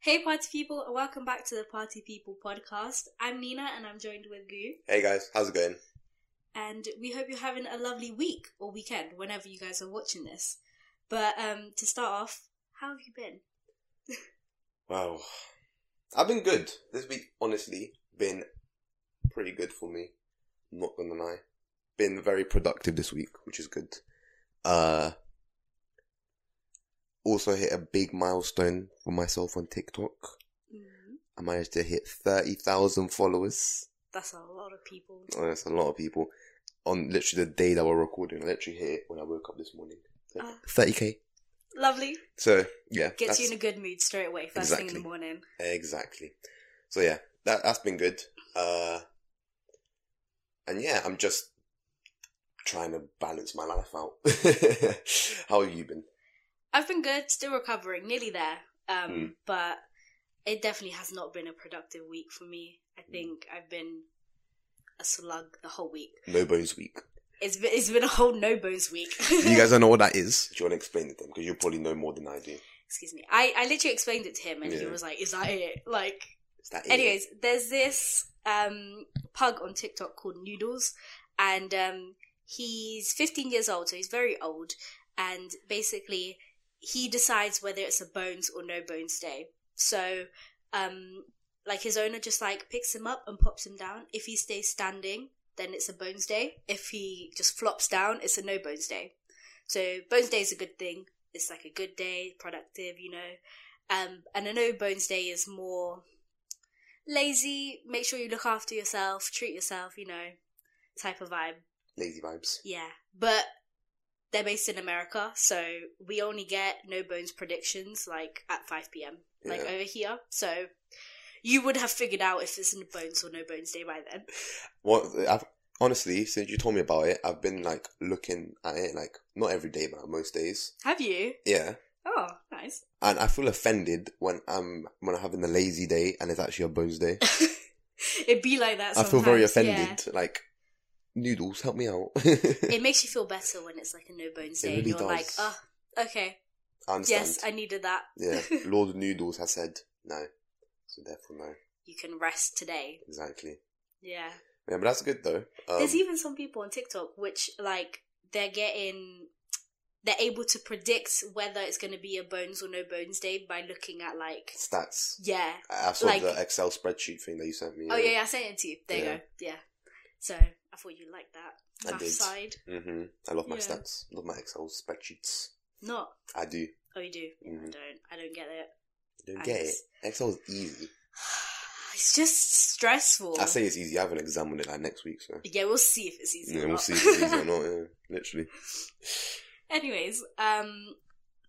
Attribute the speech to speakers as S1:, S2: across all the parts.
S1: Hey, party people, and welcome back to the Party People podcast. I'm Nina and I'm joined with Lou,
S2: Hey guys, how's it going?
S1: and we hope you're having a lovely week or weekend whenever you guys are watching this. But um, to start off, how have you been?
S2: Wow. I've been good. This week, honestly, been pretty good for me. Not gonna lie. Been very productive this week, which is good. Uh, also hit a big milestone for myself on TikTok.
S1: Mm,
S2: I managed to hit 30,000 followers.
S1: that's a lot of people.
S2: Oh, that's a lot of people. On literally the day that we're recording, I literally hit it when I woke up this morning. So,
S1: Ah.
S2: 30k.
S1: Lovely.
S2: So, yeah.
S1: Gets
S2: that's-
S1: you in a good mood straight away, first thing in
S2: Exactly.
S1: the morning.
S2: Exactly. So yeah, that that's been good. Uh, and yeah, I'm just trying to balance my life out. How have you been?
S1: I've been good, still recovering, nearly there. Um,
S2: Mm.
S1: But it definitely has not been a productive week for me. I
S2: Mm.
S1: think I've been a slug the whole week.
S2: No bones week.
S1: It's been, it's been a whole no bones week.
S2: You guys don't know what that is. Do you want to explain it then? Because you probably know more than I do.
S1: Excuse me. I, I literally explained it to him, and he
S2: Yeah.
S1: was like, "Is that it?" Like,
S2: Is that it?
S1: anyways, there's this um pug on TikTok called Noodles, and um he's 15 years old, so he's very old, and basically he decides whether it's a bones or no bones day. So, um, like his owner just like picks him up and pops him down. If he stays standing, then it's a bones day. If he just flops down, it's a no bones day. So bones day is a good thing. It's like a good day, productive, you know. Um, and a no bones day is more lazy. Make sure you look after yourself, treat yourself, you know, type of vibe.
S2: Lazy vibes.
S1: Yeah, but they're based in America, so we only get no bones predictions like at five p.m. like
S2: Yeah.
S1: over here. So you would have figured out if it's in bones or no bones day by then.
S2: Well, I've honestly, since you told me about it, I've been like looking at it like not every day, but most days.
S1: Have you?
S2: Yeah.
S1: Oh, nice.
S2: And I feel offended when I'm when I'm having a lazy day and it's actually a bones day.
S1: It'd be like that.
S2: I
S1: Sometimes.
S2: feel very
S1: yeah.
S2: offended. Like, noodles, help me out.
S1: It makes you feel better when it's like a no bones
S2: It
S1: day, and
S2: really
S1: you're like,
S2: does.
S1: oh, okay,
S2: I understand.
S1: yes, I needed that.
S2: yeah, Lord Noodles has said no, so therefore no.
S1: You can rest today.
S2: Exactly.
S1: Yeah.
S2: Yeah, but that's good though. Um,
S1: There's even some people on TikTok which like they're getting they're able to predict whether it's going to be a bones or no bones day by looking at like
S2: stats.
S1: yeah.
S2: I I saw
S1: Like-
S2: the Excel spreadsheet thing that you sent me.
S1: Oh yeah, yeah I sent it to you. There you
S2: Yeah.
S1: go. Yeah. So I thought you liked that
S2: I
S1: math
S2: did.
S1: side.
S2: hmm I love my
S1: Yeah.
S2: stats. Love my Excel spreadsheets.
S1: Not.
S2: I do.
S1: Oh, you do. Yeah, I
S2: Mhm.
S1: don't. I don't get it.
S2: Don't
S1: I
S2: get it.
S1: just-
S2: Excel is easy.
S1: It's just stressful.
S2: I say it's easy. I have an exam on it like next week, so
S1: yeah, we'll see if it's easy.
S2: yeah,
S1: or
S2: we'll
S1: not.
S2: see if it's easy or not. Yeah, literally.
S1: Anyways, um,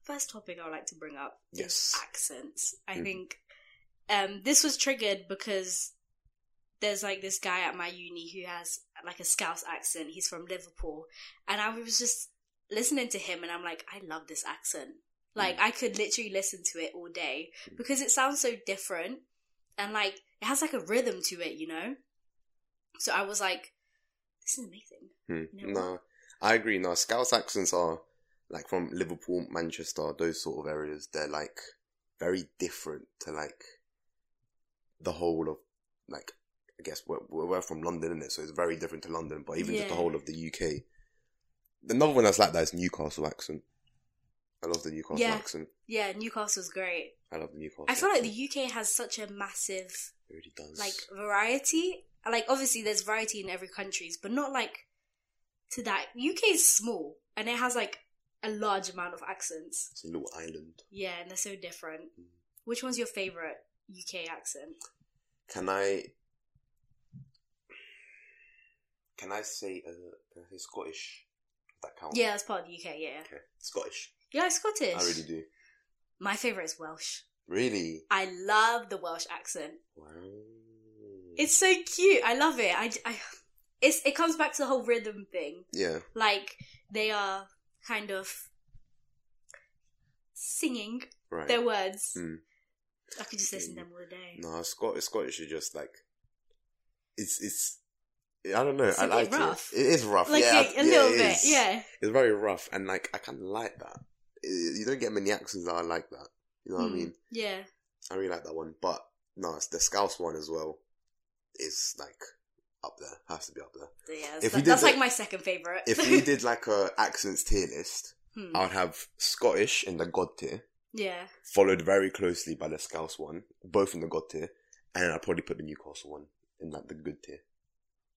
S1: first topic I would like to bring up
S2: Yes.
S1: is accents. I
S2: Mhm.
S1: think um, this was triggered because there's like this guy at my uni who has like a Scouse accent. He's from Liverpool, and I was just listening to him, and I'm like, I love this accent. Like I could literally listen to it all day because it sounds so different, and like it has like a rhythm to it, you know. So I was like, this is amazing.
S2: Hmm.
S1: You know
S2: No, I agree. No, Scouse accents are like from Liverpool, Manchester, those sort of areas. They're like very different to like the whole of like I guess we're we're we're from London, innit? So it's very different to London, but even just
S1: Yeah.
S2: the whole of the UK. Another one that's like that is Newcastle accent. I love the Newcastle
S1: Yeah.
S2: accent.
S1: Yeah, Newcastle's great.
S2: I love the Newcastle.
S1: I feel like
S2: accent.
S1: the UK has such a massive
S2: it really does.
S1: like variety. Like obviously there's variety in every country, but not like to that. UK is small and it has like a large amount of accents.
S2: it's a little island.
S1: Yeah, and they're so different.
S2: Mm.
S1: Which one's your favorite UK accent?
S2: Can I? Can I say uh, can I say Scottish? Does that count?
S1: Yeah, that's part of the UK. Yeah,
S2: Okay. Scottish.
S1: yeah, it's Scottish.
S2: Oh. I really do.
S1: My favorite is Welsh.
S2: Really.
S1: I love the Welsh accent.
S2: Wow.
S1: It's so cute. I love it. I, I it's it comes back to the whole rhythm thing.
S2: yeah.
S1: like they are kind of singing
S2: Right.
S1: their words.
S2: Mm.
S1: I could just listen to them all day.
S2: no, Scot- Scottish is just like it's it's. I don't know.
S1: It's a
S2: I
S1: bit
S2: like
S1: rough.
S2: it. It is rough.
S1: Like
S2: Hmm. yeah,
S1: yeah, a little
S2: it
S1: bit,
S2: is.
S1: yeah.
S2: It's very rough, and like I kind of like that. I- you don't get many accents that are like that. You know what
S1: Mm,
S2: I mean?
S1: Yeah.
S2: I really like that one, but no, it's the Scouse one as well is like up there. Has to be up there.
S1: So, yeah,
S2: If
S1: that's,
S2: we did
S1: that's
S2: the-
S1: like my second favorite.
S2: If we did like a accents tier list,
S1: Hmm.
S2: I would have Scottish in the God tier,
S1: yeah,
S2: followed very closely by the Scouse one, both in the God tier, and then I'd probably put the Newcastle one in like the good tier.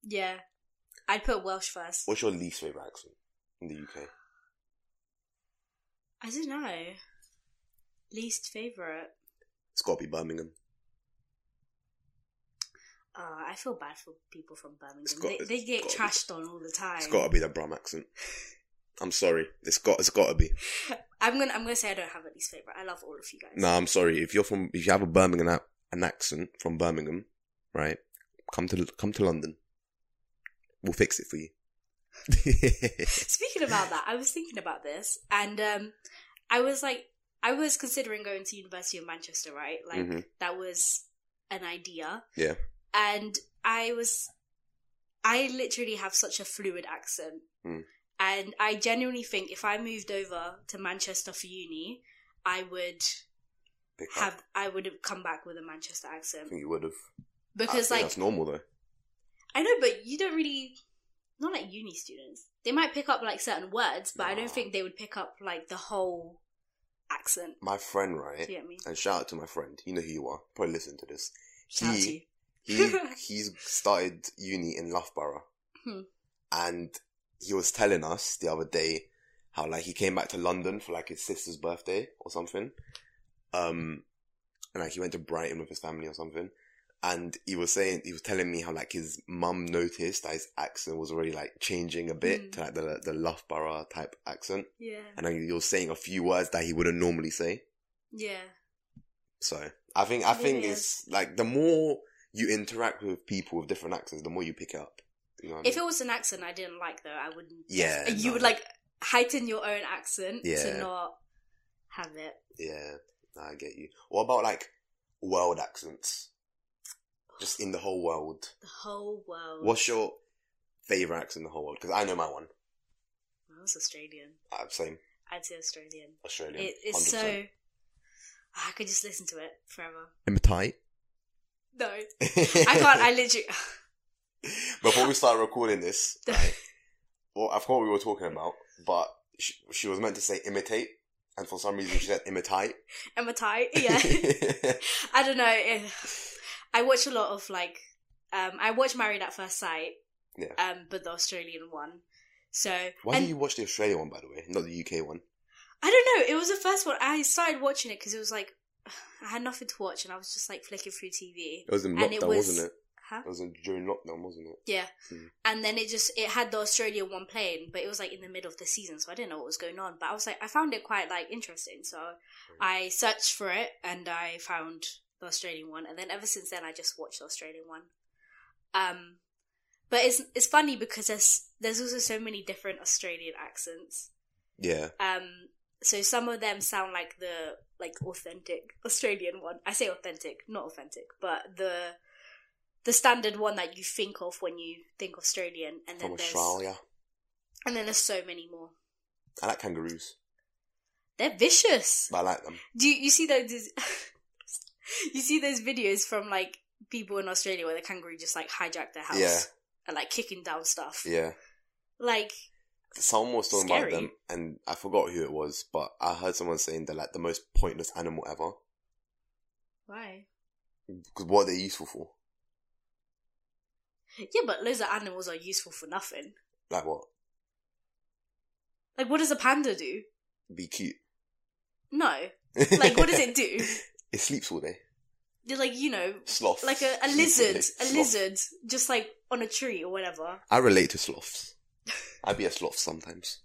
S1: yeah. I'd put Welsh first.
S2: What's your least favorite accent in the UK?
S1: I don't know. Least favorite.
S2: It's got to be Birmingham.
S1: Uh, I feel bad for people from Birmingham.
S2: It's got-
S1: they, they
S2: it's
S1: get
S2: got-
S1: trashed on all the time.
S2: It's got to be the Brum accent. I'm sorry. It's got. It's got to be.
S1: I'm gonna I'm gonna say I don't have a least favorite. I love all of you guys.
S2: No, I'm sorry. If you're from, if you have a Birmingham ac- an accent from Birmingham, right? Come to come to London. We'll fix it for you.
S1: Speaking about that, I was thinking about this, and um, I was like, I was considering going to University of Manchester, right? Like
S2: Mhm.
S1: that was an idea.
S2: Yeah.
S1: And I was, I literally have such a fluid accent,
S2: Mm.
S1: and I genuinely think if I moved over to Manchester for uni, I would
S2: Pick up.
S1: have, I would have come back with a Manchester
S2: I
S1: accent
S2: think you would have.
S1: because, like,
S2: that's normal though.
S1: I know, but you don't really not like uni students. They might pick up like certain words, but I
S2: Nah.
S1: don't think they would pick up like the whole accent.
S2: My friend, right?
S1: Do you get me?
S2: And shout out to my friend. You know who you are. Probably listen to this.
S1: Shout out to
S2: He-
S1: you.
S2: He he's started uni in Loughborough,
S1: Hmm.
S2: and he was telling us the other day how like he came back to London for like his sister's birthday or something, um, and like he went to Brighton with his family or something, and he was saying he was telling me how like his mum noticed that his accent was already like changing a bit
S1: Hmm.
S2: to like the the Loughborough type accent,
S1: Yeah,
S2: and like, he was saying a few words that he wouldn't normally say.
S1: yeah,
S2: So I think I
S1: It
S2: think
S1: really
S2: it's like the more you interact with people with different accents, the more you pick it up. You know what I
S1: If
S2: mean?
S1: it was an accent I didn't like, though, I wouldn't.
S2: Yeah,
S1: you
S2: no.
S1: would like heighten your own accent
S2: Yeah.
S1: to not have it.
S2: yeah, nah, I get you. What about like world accents? Just in the whole world.
S1: The whole world.
S2: What's your favorite accent in the whole world? Because I know my one.
S1: I was Australian.
S2: I'm same
S1: I'd say Australian.
S2: Australian.
S1: It, it's
S2: 100%.
S1: so. I could just listen to it forever.
S2: I'm tight.
S1: No, I can't. I literally.
S2: Before we start recording this, right, well, I forgot what we were talking about, but she, she was meant to say imitate, and for some reason she said imitate.
S1: Am I tight? Yeah. I don't know. eh, I watch a lot of like, um, I watch Married at First Sight,
S2: Yeah.
S1: um, but the Australian one. So
S2: Why
S1: and
S2: did you watch the Australia one, by the way, not the UK one?
S1: I don't know. It was the first one I started watching it because it was like I had nothing to watch and I was just like flicking through TV.
S2: It was in
S1: And it
S2: lockdown,
S1: was-
S2: was, not it?
S1: Huh?
S2: It was in, during lockdown, wasn't it?
S1: Yeah.
S2: Hmm.
S1: And then it just it had the Australian one playing, but it was like in the middle of the season, so I didn't know what was going on. But I was like, I found it quite like interesting, so I searched for it and I found the Australian one, and then ever since then I just watched the Australian one. Um, but it's it's funny because there's there's also so many different Australian accents.
S2: Yeah.
S1: Um, so some of them sound like the like authentic Australian one. I say authentic, not authentic, but the the standard one that you think of when you think Australian, and then
S2: From
S1: there's
S2: Australia.
S1: and then there's so many more.
S2: I like kangaroos.
S1: They're vicious.
S2: But I like them.
S1: Do you, you see those? you see those videos from like people in Australia where the kangaroo just like hijacked their house
S2: Yeah.
S1: and like kicking down stuff.
S2: Yeah.
S1: Like
S2: Someone was talking
S1: Scary.
S2: about them, and I forgot who it was, but I heard someone saying they're like the most pointless animal ever.
S1: why?
S2: Because what are they useful for?
S1: Yeah, but loads of animals are useful for nothing.
S2: Like what?
S1: Like, what does a panda do?
S2: Be cute.
S1: No. Like, what does it do?
S2: It sleeps all day.
S1: They're like you know,
S2: Sloth.
S1: like a, a
S2: Sleeps all day.
S1: lizard, a
S2: Sloth.
S1: lizard, just like on a tree or whatever.
S2: I relate to sloths. I'd be a sloth sometimes.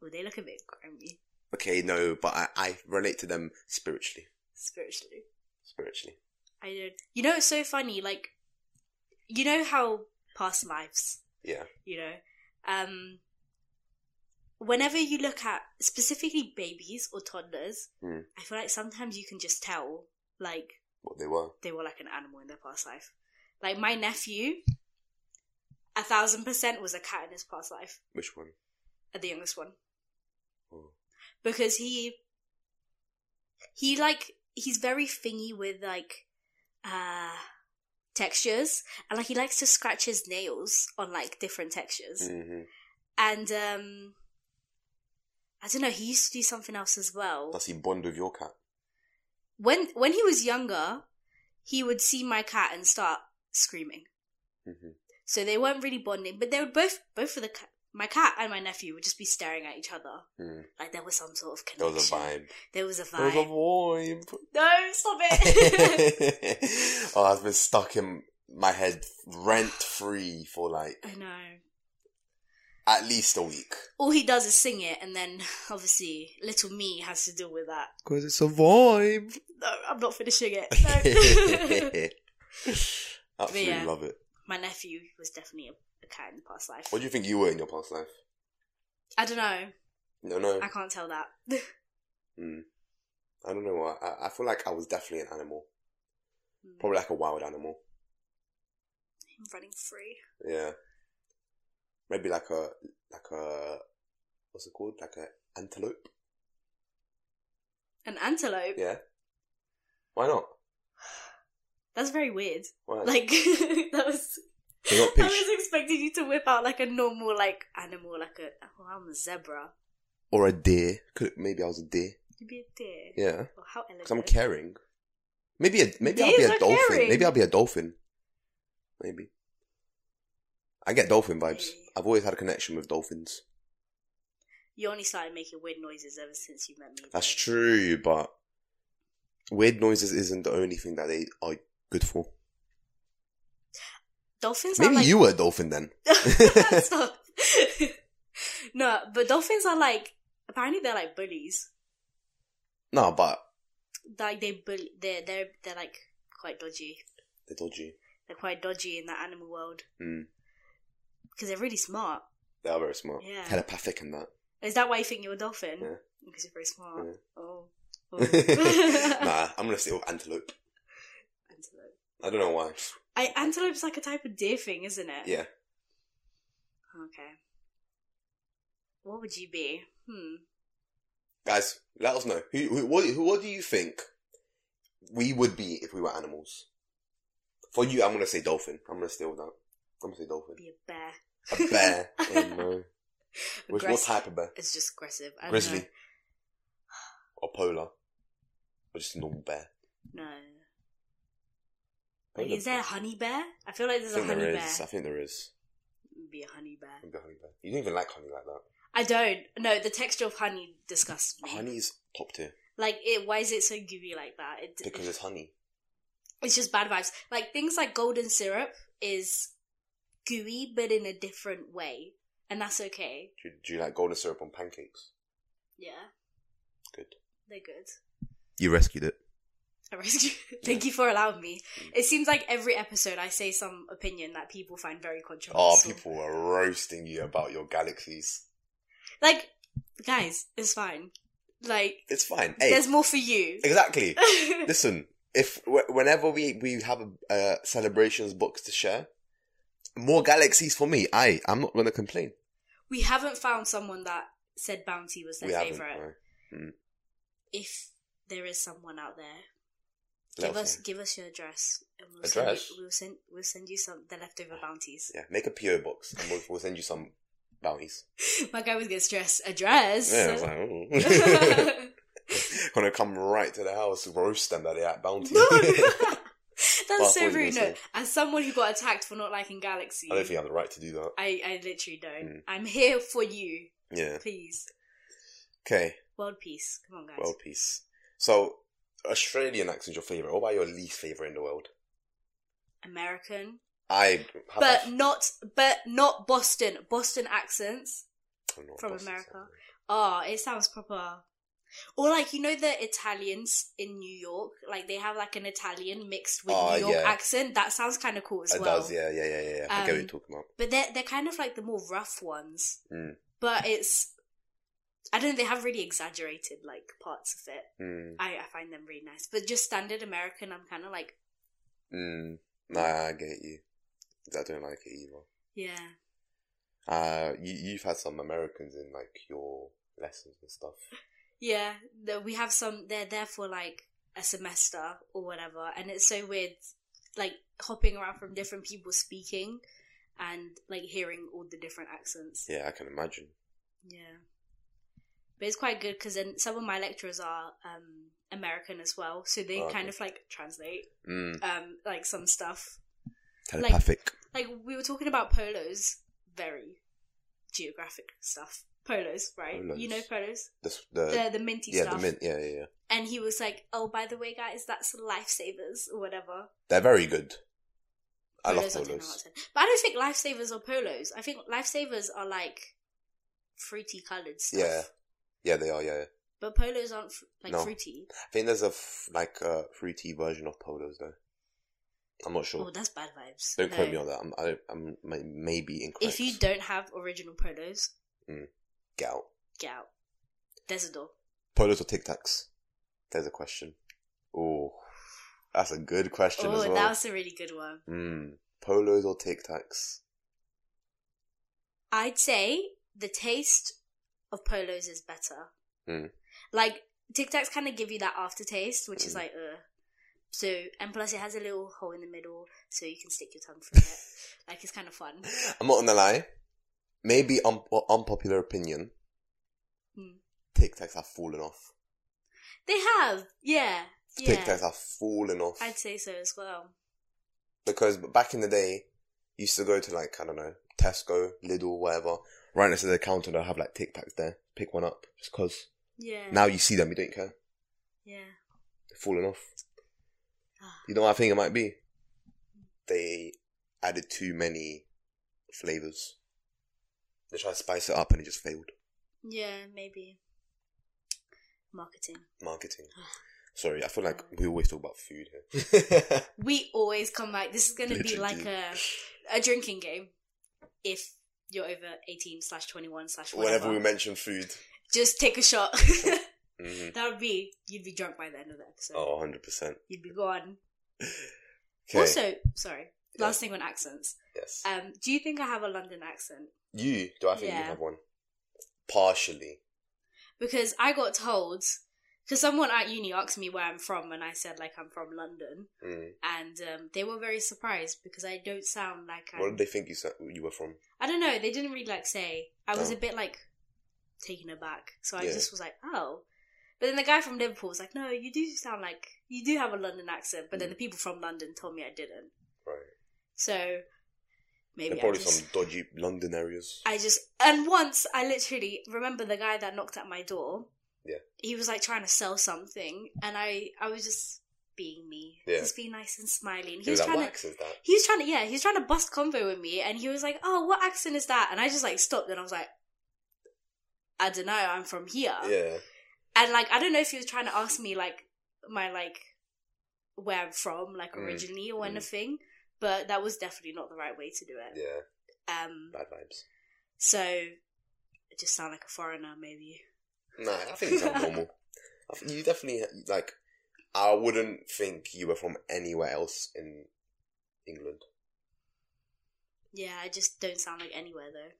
S1: Well, they look a bit grimy
S2: Okay, no, but I, I relate to them spiritually.
S1: spiritually.
S2: Spiritually.
S1: I don't. You know, it's so funny. Like, you know how past lives
S2: Yeah.
S1: you know um whenever you look at specifically babies or toddlers
S2: Mm.
S1: i feel like sometimes you can just tell like
S2: What they were.
S1: they were like an animal in their past life like my nephew a thousand percent was a cat in his past life
S2: Which one?
S1: uh, the youngest one
S2: Oh.
S1: because he he like he's very thingy with like uh textures and like he likes to scratch his nails on like different textures
S2: hmm
S1: and um i don't know he used to do something else as well
S2: Does he bond with your cat?
S1: when when he was younger he would see my cat and start screaming Mm-hmm.
S2: hmm
S1: so they weren't really bonding but they would both both of the cat my cat and my nephew would just be staring at each other
S2: Mm.
S1: like there was some sort of
S2: There
S1: connection
S2: was a vibe.
S1: there was a
S2: There was a
S1: vibe
S2: vibe.
S1: no stop it
S2: oh, I've been stuck in my head rent free for like
S1: i know
S2: at least a week.
S1: all he does is sing it, and then obviously little me has to deal with that.
S2: Because it's a vibe.
S1: No, I'm not finishing it. No.
S2: Absolutely
S1: yeah.
S2: love it.
S1: My nephew was definitely a, a cat in the past life.
S2: What do you think you were in your past life?
S1: I don't know.
S2: No, no.
S1: I can't tell that.
S2: I don't know. why. I, I feel like I was definitely an animal. Probably like a wild animal.
S1: I'm running free.
S2: Yeah. Maybe like a, like a, what's it called? Like a antelope?
S1: An antelope.
S2: Yeah. Why not?
S1: That's very weird.
S2: Why?
S1: Like that was.
S2: They're not
S1: I
S2: pigs.
S1: was expecting you to whip out like a normal like animal, like a oh, I'm a zebra.
S2: Or a deer. Could, maybe I was a deer.
S1: You'd be a deer.
S2: Yeah.
S1: Or how
S2: Because I'm
S1: elegant.
S2: caring. Maybe a, maybe I'll be
S1: Deers
S2: a
S1: are
S2: dolphin.
S1: caring.
S2: Maybe I'll be a dolphin. Maybe. I get dolphin vibes.
S1: Maybe.
S2: I've always had a connection with dolphins.
S1: you only started making weird noises ever since you met me.
S2: That's
S1: though.
S2: true, but weird noises isn't the only thing that they are good for.
S1: Dolphins are
S2: Maybe
S1: like
S2: you were a dolphin then.
S1: Stop. no, but dolphins are like apparently they're like bullies.
S2: No, but
S1: Like they bully, they're they're they're like quite dodgy.
S2: they're dodgy.
S1: They're quite dodgy in that animal world
S2: Mm.
S1: because they're really smart.
S2: They are very smart.
S1: Yeah.
S2: Telepathic and that.
S1: Is that why you think you're a dolphin?
S2: Yeah.
S1: Because you're very smart.
S2: Yeah.
S1: Oh. Oh.
S2: nah, I'm gonna stick with antelope.
S1: Antelope.
S2: I don't know why.
S1: I, antelope's like a type of deer thing, isn't it?
S2: Yeah.
S1: Okay. What would you be? Hmm.
S2: guys, let us know who, who what who, what do you think we would be if we were animals? For you, I'm gonna say dolphin. I'm gonna steal that. I'm gonna say dolphin.
S1: Be a bear.
S2: A bear. oh, no. Which what
S1: Aggressive.
S2: type of bear?
S1: It's just aggressive. I don't
S2: Grizzly. Or polar. Or just a normal bear.
S1: know. No.
S2: Polar
S1: Like, is there a honey bear? I feel like
S2: I
S1: there's a
S2: think
S1: honey
S2: there
S1: bear.
S2: is. I think there is.
S1: It'd Be a honey bear.
S2: Maybe a honey bear. You don't even like honey like that.
S1: I don't. No, the texture of honey disgusts me.
S2: Honey is top tier
S1: Like, it. Why is it so gooey like that? It,
S2: because it's honey.
S1: it's just bad vibes. Like things like golden syrup is gooey, but in a different way, and that's okay.
S2: Do, do you like golden syrup on pancakes?
S1: Yeah,
S2: Good.
S1: they're good.
S2: You rescued it.
S1: I rescue. Thank you for allowing me.
S2: Mm.
S1: It seems like every episode I say some opinion that people find very controversial.
S2: Oh, people are roasting you about your galaxies.
S1: Like, guys, it's fine. Like,
S2: It's fine. Hey,
S1: there's more for you.
S2: Exactly. Listen, if wh- whenever we we have a uh, celebrations box to share, more galaxies for me. I I'm not gonna complain.
S1: We haven't found someone that said Bounty was their
S2: we haven't.
S1: favorite.
S2: no.
S1: If there is someone out there,
S2: Let
S1: give
S2: us
S1: us
S2: know.
S1: give us your address. And we'll
S2: Address?
S1: Send you, we'll send we'll send you some the leftover bounties.
S2: Yeah, make a PO box and we'll, we'll send you some bounties.
S1: My guy was getting stressed. Address.
S2: Yeah, I was like, oh. gonna come right to the house, roast them that they had bounties.
S1: no,
S2: I
S1: that's
S2: I thought you
S1: so
S2: were gonna
S1: rude. No,
S2: say.
S1: as someone who got attacked for not liking Galaxy,
S2: don't think you have the right to do that.
S1: I, I literally don't.
S2: Mm.
S1: I'm here for you.
S2: Yeah.
S1: Please,
S2: Okay.
S1: world peace. Come on, guys.
S2: Well, peace. So, Australian accent's your favorite. What about your least favorite in the world?
S1: American,
S2: I have
S1: but not but not Boston. Boston accents.
S2: I'm not
S1: from
S2: Boston,
S1: America.
S2: sorry.
S1: Oh, it sounds proper. Or like you know the Italians in New York, like they have like an Italian mixed with
S2: Oh,
S1: New York
S2: yeah.
S1: accent. That sounds kind of cool as
S2: it
S1: well.
S2: does, yeah, yeah, yeah, yeah. yeah. I get what
S1: Um,
S2: you're talking about.
S1: But they're they're kind of like the more rough ones.
S2: Mm.
S1: But it's I don't know. They have really exaggerated like parts of it.
S2: Mm,
S1: I, I find them really nice. But just standard American, I'm kind of like
S2: mm, nah, I get you. I don't like it either.
S1: yeah.
S2: Uh, you, you've had some Americans in like your lessons and stuff.
S1: Yeah, the- we have some. They're there for like a semester or whatever, and it's so weird, like hopping around from different people speaking, and like hearing all the different accents.
S2: Yeah, I can imagine.
S1: Yeah. But it's quite good because then some of my lecturers are um, American as well, so they
S2: Oh,
S1: kind
S2: okay.
S1: of like translate
S2: Mm.
S1: um, like some stuff.
S2: Telepathic.
S1: Like we were talking about polos, very geographic stuff. Polos, right? You know
S2: Polos.
S1: polos,
S2: the, the,
S1: the the minty
S2: yeah,
S1: stuff.
S2: the mint. Yeah, yeah, yeah.
S1: And he was like, "Oh, by the way, guys, that's lifesavers or whatever."
S2: They're very good. I love
S1: Polos, don't know
S2: polos.
S1: what I said. but I don't think lifesavers are polos. I think lifesavers are like fruity coloured stuff.
S2: Yeah. Yeah, they are. Yeah, yeah.
S1: But polos aren't fr- like
S2: No.
S1: fruity.
S2: I think there's a f- like uh, fruity version of polos though. I'm not sure.
S1: Oh, that's bad vibes.
S2: don't quote
S1: No.
S2: me on that. I'm I, I'm may- maybe incorrect.
S1: If you don't have original polos,
S2: get out,
S1: get out. There's a door.
S2: polos or tic tacs? There's a question. Oh, that's a good question
S1: Oh,
S2: as well.
S1: that was a really good one.
S2: Mm, polos or tic tacs?
S1: I'd say the taste of polos is better.
S2: Mm.
S1: Like Tic Tacs kind of give you that aftertaste, which is
S2: Mm.
S1: like uh. So and plus it has a little hole in the middle, so you can stick your tongue through it. Like it's kind of fun.
S2: I'm not gonna lie. Maybe un- unpopular opinion.
S1: Mm.
S2: Tic tacs have fallen off.
S1: They have, yeah, yeah.
S2: Tic tacs have fallen off.
S1: I'd say so as well.
S2: because back in the day, you used to go to like I don't know Tesco, Lidl, whatever. Right next to the counter, they'll have like Tic Tacs there. Pick one up just cause.
S1: Yeah,
S2: Now you see them, you don't care.
S1: yeah.
S2: They're falling off.
S1: Ah.
S2: You know what I think it might be? They added too many flavors. They tried to spice it up and it just failed.
S1: Yeah, maybe. Marketing.
S2: Marketing.
S1: Ah.
S2: Sorry, I feel like we always talk about food here.
S1: We always come back. This is going to be
S2: Literally.
S1: like a a drinking game. If you're over eighteen slash twenty one slash
S2: Whenever we
S1: whatever,
S2: mention food.
S1: just take a shot.
S2: hmm
S1: that would be you'd be drunk by the end of the episode.
S2: Oh, 100%.
S1: You'd be gone.
S2: Okay.
S1: Also, sorry.
S2: Yeah.
S1: Last thing on accents.
S2: yes.
S1: Um, do you think I have a London accent?
S2: you, do I think you
S1: yeah.
S2: have one? Partially.
S1: Because I got told because someone at uni asked me where I'm from, and I said like I'm from London,
S2: Mm.
S1: and um, they were very surprised because I don't sound like I'm
S2: Where did they think you sa- you were from?
S1: I don't know. They didn't really like say. I was
S2: Oh.
S1: a bit like taken aback, so I
S2: Yeah.
S1: just was like, oh. But then the guy from Liverpool was like, no, you do sound like you do have a London accent. But then
S2: Mm.
S1: the people from London told me I didn't.
S2: Right.
S1: So maybe
S2: They're
S1: I
S2: probably
S1: just,
S2: from dodgy London areas.
S1: I just and once I literally remember the guy that knocked at my door.
S2: Yeah.
S1: He was like trying to sell something, and I I was just being me,
S2: Yeah.
S1: just being nice and smiley. And he was
S2: Is that
S1: trying to
S2: wax? Is that?
S1: he was trying to yeah he was trying to bust convo with me and he was like oh what accent is that and i just like stopped and i was like i don't know i'm from here
S2: Yeah.
S1: and like i don't know if he was trying to ask me like my like where i'm from like
S2: Mm.
S1: originally or
S2: Mm.
S1: anything but that was definitely not the right way to do it
S2: Yeah.
S1: um
S2: Bad vibes.
S1: so I just sound like a foreigner maybe
S2: No, I think you sound normal. I think you definitely like. I wouldn't think you were from anywhere else in England.
S1: yeah i just don't sound like anywhere though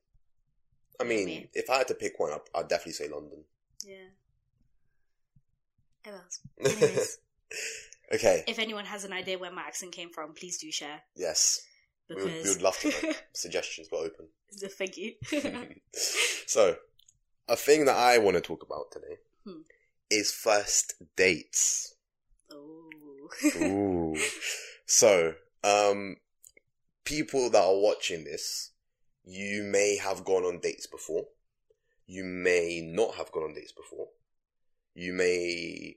S2: I mean,
S1: Maybe.
S2: if I had to pick one up, I'd definitely say London.
S1: yeah Oh, well. Anyways,
S2: okay.
S1: if anyone has an idea where my accent came from, please do share.
S2: Yes. We
S1: Because
S2: would, we would love to know. Suggestions were open.
S1: So Thank you.
S2: so, a thing that I want to talk about today
S1: Hmm.
S2: is first dates.
S1: oh.
S2: Ooh. so, um, people that are watching this, you may have gone on dates before. You may not have gone on dates before. You may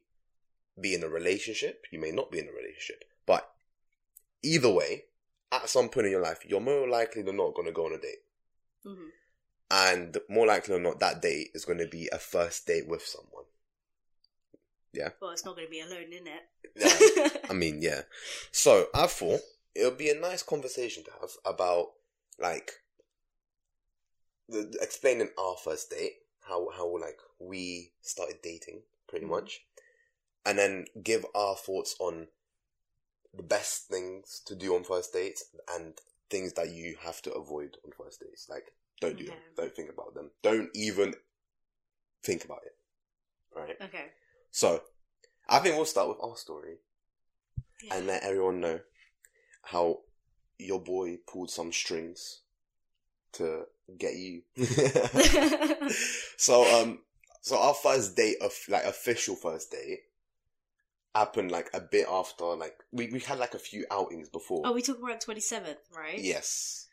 S2: be in a relationship. You may not be in a relationship. But either way, at some point in your life, you're more likely than not going to go on a date.
S1: Mhm.
S2: And more likely than not, that date is going to be a first date with someone.
S1: Well, it's not going to be alone, in it.
S2: Yeah. I mean, yeah. So I thought it would be a nice conversation to have about like the, the- explaining our first date, how how like we started dating, pretty
S1: Mhm.
S2: much, and then give our thoughts on the best things to do on first dates and things that you have to avoid on first dates. Like, don't do them.
S1: Okay.
S2: Don't think about them. Don't even think about it. Right.
S1: okay.
S2: So, I think we'll start with our story
S1: Yeah.
S2: and let everyone know how your boy pulled some strings to get you. so um, so our first date of like official first date happened like a bit after like we we had like a few outings before.
S1: oh, we talked about twenty seventh, right?
S2: yes,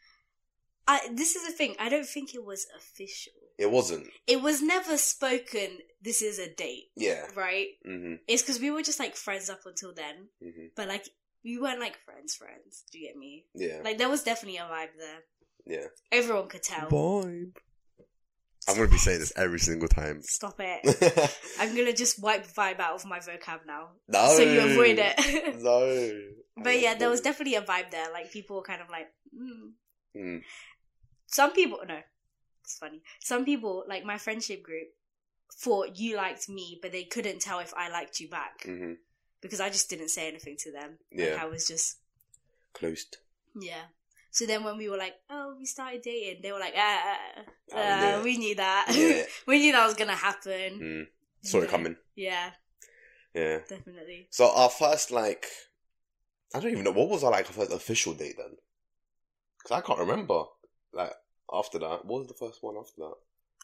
S1: I, this is the thing. I don't think it was official.
S2: it wasn't.
S1: It was never spoken. This is a date,
S2: Yeah.
S1: right?
S2: hmm
S1: It's because we were just like friends up until then,
S2: hmm
S1: but like we weren't like friends, friends. Do you get me?
S2: Yeah.
S1: Like there was definitely a vibe there.
S2: Yeah.
S1: Everyone could tell.
S2: Vibe. I'm gonna be saying this every single time.
S1: Stop it.
S2: no.
S1: I'm gonna just wipe vibe out of my vocab now, so you avoid it.
S2: Oh, No.
S1: but yeah, there was definitely a vibe there. Like people were kind of like, mm.
S2: Mm.
S1: some people. No, it's funny. Some people, like my friendship group, thought you liked me, but they couldn't tell if I liked you back
S2: hmm
S1: because I just didn't say anything to them. Like,
S2: Yeah.
S1: I was just
S2: Closed.
S1: yeah. So then when we were like, oh, we started dating, they were like, ah, ah,
S2: I
S1: ah,
S2: knew it.
S1: we knew that.
S2: Yeah.
S1: we knew that was gonna happen.
S2: Mm. Saw it
S1: Yeah.
S2: coming.
S1: Yeah,
S2: Yeah.
S1: definitely.
S2: So our first like, I don't even know what was our like first official date then, because I can't remember. Like after that, what was the first one after that?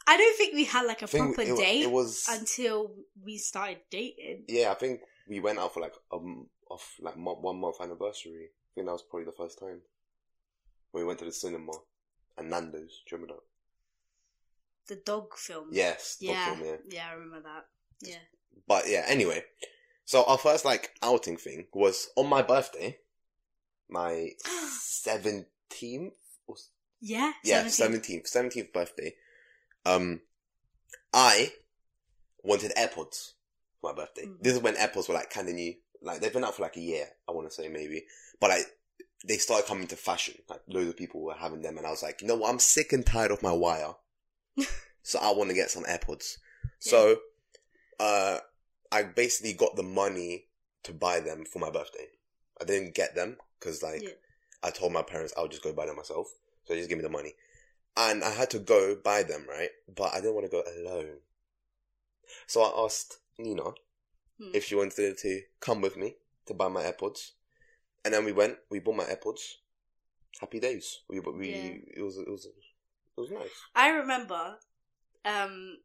S1: I don't think we had like a
S2: I think
S1: proper
S2: it, wa-
S1: date
S2: It was.
S1: until we started dating.
S2: yeah, I think we went out for like um off like mo- one month anniversary. I think that was probably the first time when we went to the cinema and Nando's. Do you remember that?
S1: The dog film.
S2: Yes. dog
S1: Yeah.
S2: film, yeah.
S1: Yeah, I remember that. Yeah.
S2: But yeah, anyway. So our first like outing thing was on my birthday, my seventeenth or
S1: yeah.
S2: yeah,
S1: 17.
S2: seventeenth, seventeenth birthday. Um, I wanted AirPods for my birthday.
S1: Mm.
S2: This is when AirPods were like kind of new. Like they've been out for like a year, I want to say maybe, but like they started coming to fashion. Like loads of people were having them, and I was like, you know what? I'm sick and tired of my wire, so I want to get some AirPods. So, uh, I basically got the money to buy them for my birthday. I didn't get them because like
S1: Yeah.
S2: I told my parents I'll just go buy them myself. So they just give me the money. And I had to go buy them, right? But I didn't want to go alone. So I asked Nina
S1: Hmm.
S2: if she wanted to come with me to buy my AirPods. And then we went, we bought my AirPods. Happy days. We, but we,
S1: Yeah.
S2: it was, it was, it was nice.
S1: I remember, um,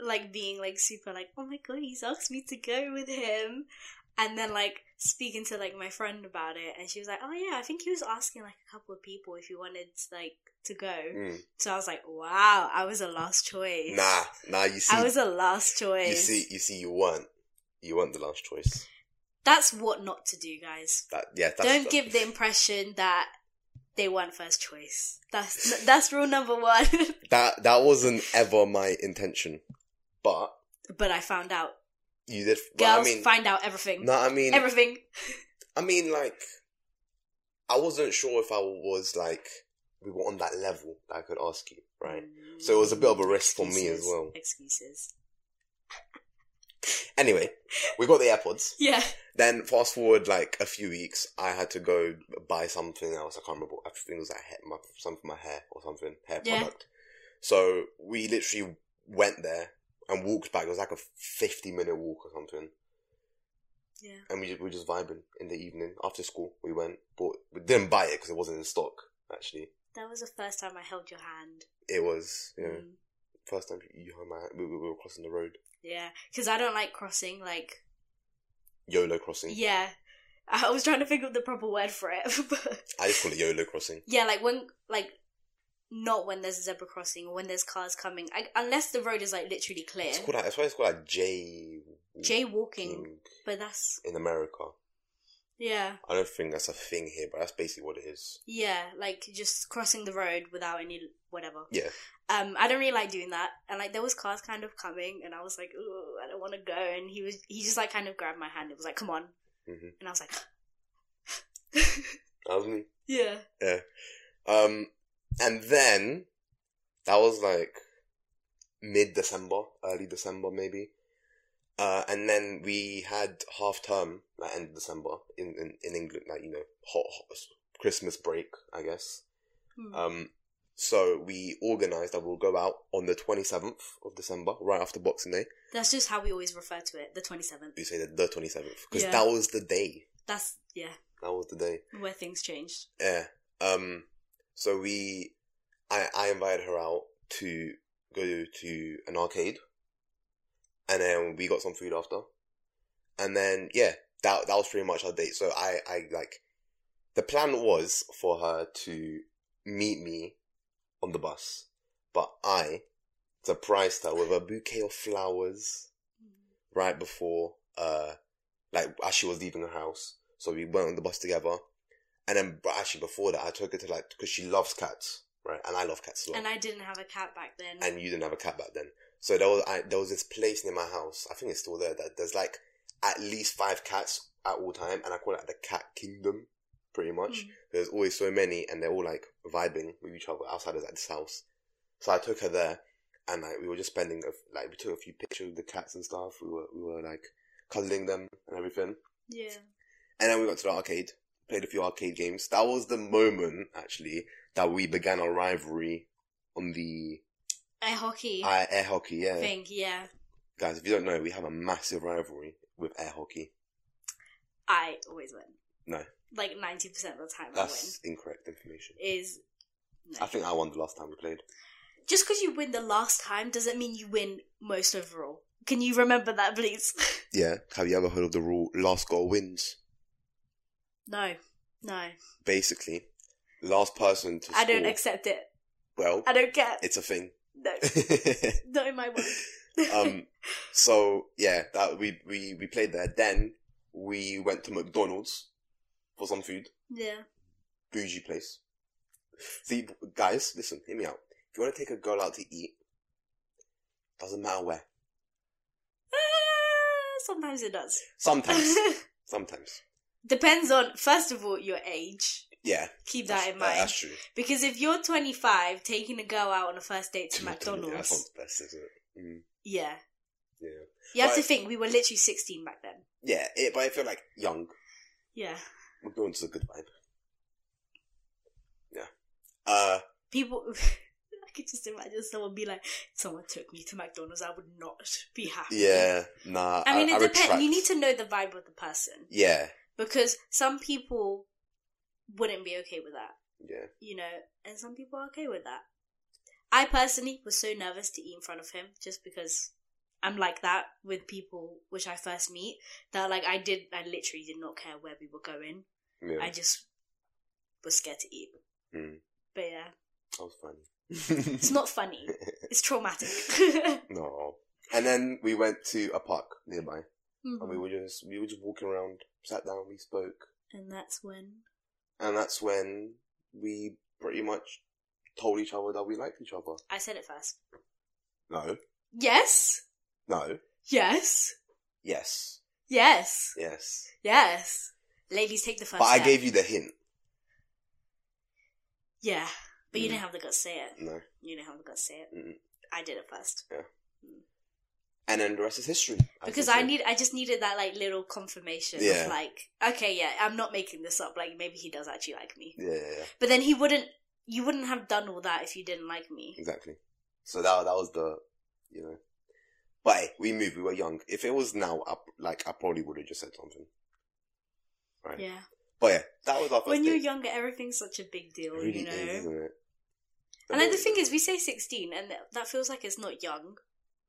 S1: like being like super like, oh my god, he's asked me to go with him, and then like speaking to like my friend about it, and she was like, oh yeah, I think he was asking like a couple of people if you wanted like to go.
S2: Mm.
S1: So I was like, wow, I was a last choice.
S2: Nah, nah, you see,
S1: I was a last choice.
S2: you see, you see, you weren't, you weren't the last choice.
S1: That's what not to do, guys.
S2: That, yeah, that's,
S1: Don't give the impression that they weren't first choice. That's that's rule number one.
S2: that, that wasn't ever my intention. But
S1: but I found out.
S2: you did, well, I
S1: Girls
S2: mean,
S1: find out everything.
S2: no, I mean,
S1: everything.
S2: I mean, like, I wasn't sure if I was like we were on that level that I could ask you,
S1: Mm.
S2: right? So it was a bit of a risk for me as
S1: Excuses,
S2: well.
S1: Excuses.
S2: Anyway, we got the AirPods.
S1: Yeah.
S2: Then fast forward like a few weeks, I had to go buy something else. I can't remember. I think it was like hair, my, something for my hair or something hair
S1: Yeah.
S2: product. So we literally went there and walked back. It was like a fifty minute walk or something.
S1: Yeah.
S2: and we just, we were just vibing in the evening after school. We went, bought, we didn't buy it because it wasn't in stock. Actually,
S1: That was the first time I held your hand.
S2: it was you know,
S1: Mm.
S2: first time you hung my hand. We, we we were crossing the road,
S1: Yeah. Because I don't like crossing. Like,
S2: YOLO crossing.
S1: yeah. I was trying to figure out the proper word for it, but
S2: I just call it YOLO crossing.
S1: Yeah, like when like not when there's a zebra crossing or when there's cars coming, I, unless the road is like literally clear.
S2: It's Mm. called like, that's why it's called like J
S1: Jaywalking, but that's
S2: in America.
S1: yeah,
S2: I don't think that's a thing here, but that's basically what it is.
S1: yeah, like just crossing the road without any whatever.
S2: Yeah.
S1: Um, I don't really like doing that, and like there was cars kind of coming, and I was like, ooh, I don't want to go, and he was he just like kind of grabbed my hand. It was like, come on,
S2: Mhm.
S1: and I was like,
S2: That was me.
S1: yeah,
S2: Um, and then that was like mid December, early December maybe. Uh, and then we had half term, like end of December in, in, in England, like, you know, hot, hot Christmas break, I guess.
S1: Hmm.
S2: Um, So we organised that we'll go out on the 27th of December, right after Boxing Day.
S1: That's just how we always refer to it. The twenty seventh.
S2: We say the, the 27th because
S1: Yeah.
S2: that was the day.
S1: That's yeah,
S2: That was the day.
S1: where things changed.
S2: Yeah. Um. So we, I, I invited her out to go to an arcade, and then we got some food after, and then yeah, that that was pretty much our date. So I, I like, the plan was for her to meet me on the bus, but I surprised her with a bouquet of flowers
S1: Mm.
S2: right before uh like as she was leaving her house. So we went on the bus together. And then but actually before that I took her to like because she loves cats, right? And I love cats a lot.
S1: And I didn't have a cat back then.
S2: And you didn't have a cat back then. So there was I, there was this place near my house, I think it's still there, that there's like at least five cats at all time and I call it the cat kingdom, pretty much
S1: Mm.
S2: there's always so many and they're all like vibing with each other outsiders at this house so i took her there and like we were just spending a, like we took a few pictures of the cats and stuff we were we were like cuddling them and everything
S1: Yeah.
S2: and then we got to the arcade played a few arcade games that was the moment actually that we began our rivalry on the
S1: Air hockey
S2: air, air hockey yeah
S1: thing, yeah.
S2: guys if you don't know we have a massive rivalry with air hockey
S1: I always win.
S2: No.
S1: Like ninety percent of the time
S2: that's incorrect information
S1: I win. Is no.
S2: i think i won the last time we played
S1: just because you win the last time doesn't mean you win most overall. Can you remember that, please?
S2: yeah have you ever heard of the rule last goal wins
S1: no, no,
S2: basically, last person to
S1: I don't
S2: score-
S1: accept it.
S2: well,
S1: I don't care.
S2: it's a thing.
S1: No, not in my world.
S2: um, so yeah, that we, we we played there. Then we went to McDonald's for some food,
S1: yeah,
S2: bougie place. See, guys, listen, hear me out. If you want to take a girl out to eat, doesn't matter where.
S1: Ah, sometimes it does.
S2: Sometimes, sometimes,
S1: Depends on first of all your age.
S2: yeah.
S1: Keep
S2: that's-
S1: that in mind
S2: that's true.
S1: because if you're 25, taking a girl out on a first date to
S2: Yeah, that's not
S1: McDonald's,
S2: the best, is it? Mm,
S1: yeah,
S2: yeah,
S1: you have to
S2: Right.
S1: think we were literally 16 back then.
S2: yeah. It, but I feel like young.
S1: Yeah,
S2: McDonald's is a good vibe. Yeah. Uh,
S1: people. I could just imagine someone be like, "Someone took me to McDonald's. I would not be happy."
S2: yeah, nah.
S1: I mean, it
S2: retract.
S1: depends. You need to know the vibe of the person
S2: Yeah,
S1: because some people wouldn't be okay with that,
S2: yeah.
S1: you know, and some people are okay with that. I personally was so nervous to eat in front of him just because I'm like that with people which I first meet that like I did I literally did not care where we were going.
S2: Yeah,
S1: I just was scared to eat.
S2: Hmm.
S1: But yeah,
S2: that was funny.
S1: it's not funny. it's traumatic. Hmm.
S2: no. And then we went to a park nearby, and we
S1: Mhm.
S2: were just we were just walking around, sat down, we spoke,
S1: and that's when
S2: and that's when we pretty much told each other that we liked each other.
S1: I said it first.
S2: No,
S1: Yes.
S2: no,
S1: Yes.
S2: yes,
S1: Yes.
S2: yes.
S1: Yes. Ladies take the first
S2: but I
S1: step.
S2: gave you the hint.
S1: Yeah. But you
S2: Mm.
S1: didn't have the guts to say it.
S2: No,
S1: You didn't have the guts to say it.
S2: Mm.
S1: I did it first.
S2: and then the rest is history. as
S1: Because
S2: they
S1: I
S2: say.
S1: need I just needed that like little confirmation
S2: Yeah.
S1: of like, okay, yeah, I'm not making this up, like maybe he does actually like me.
S2: Yeah, yeah, yeah.
S1: But then he wouldn't you wouldn't have done all that if you didn't like me.
S2: Exactly. So that that was the, you know, but hey, we moved. We were young. If it was now, I, like I probably would have just said something. Right.
S1: Yeah.
S2: But yeah, that was our first.
S1: When you're
S2: date.
S1: younger everything's such a big deal,
S2: It really
S1: you know.
S2: is, isn't it?
S1: and then the thing is we say sixteen and th- that feels like it's not young.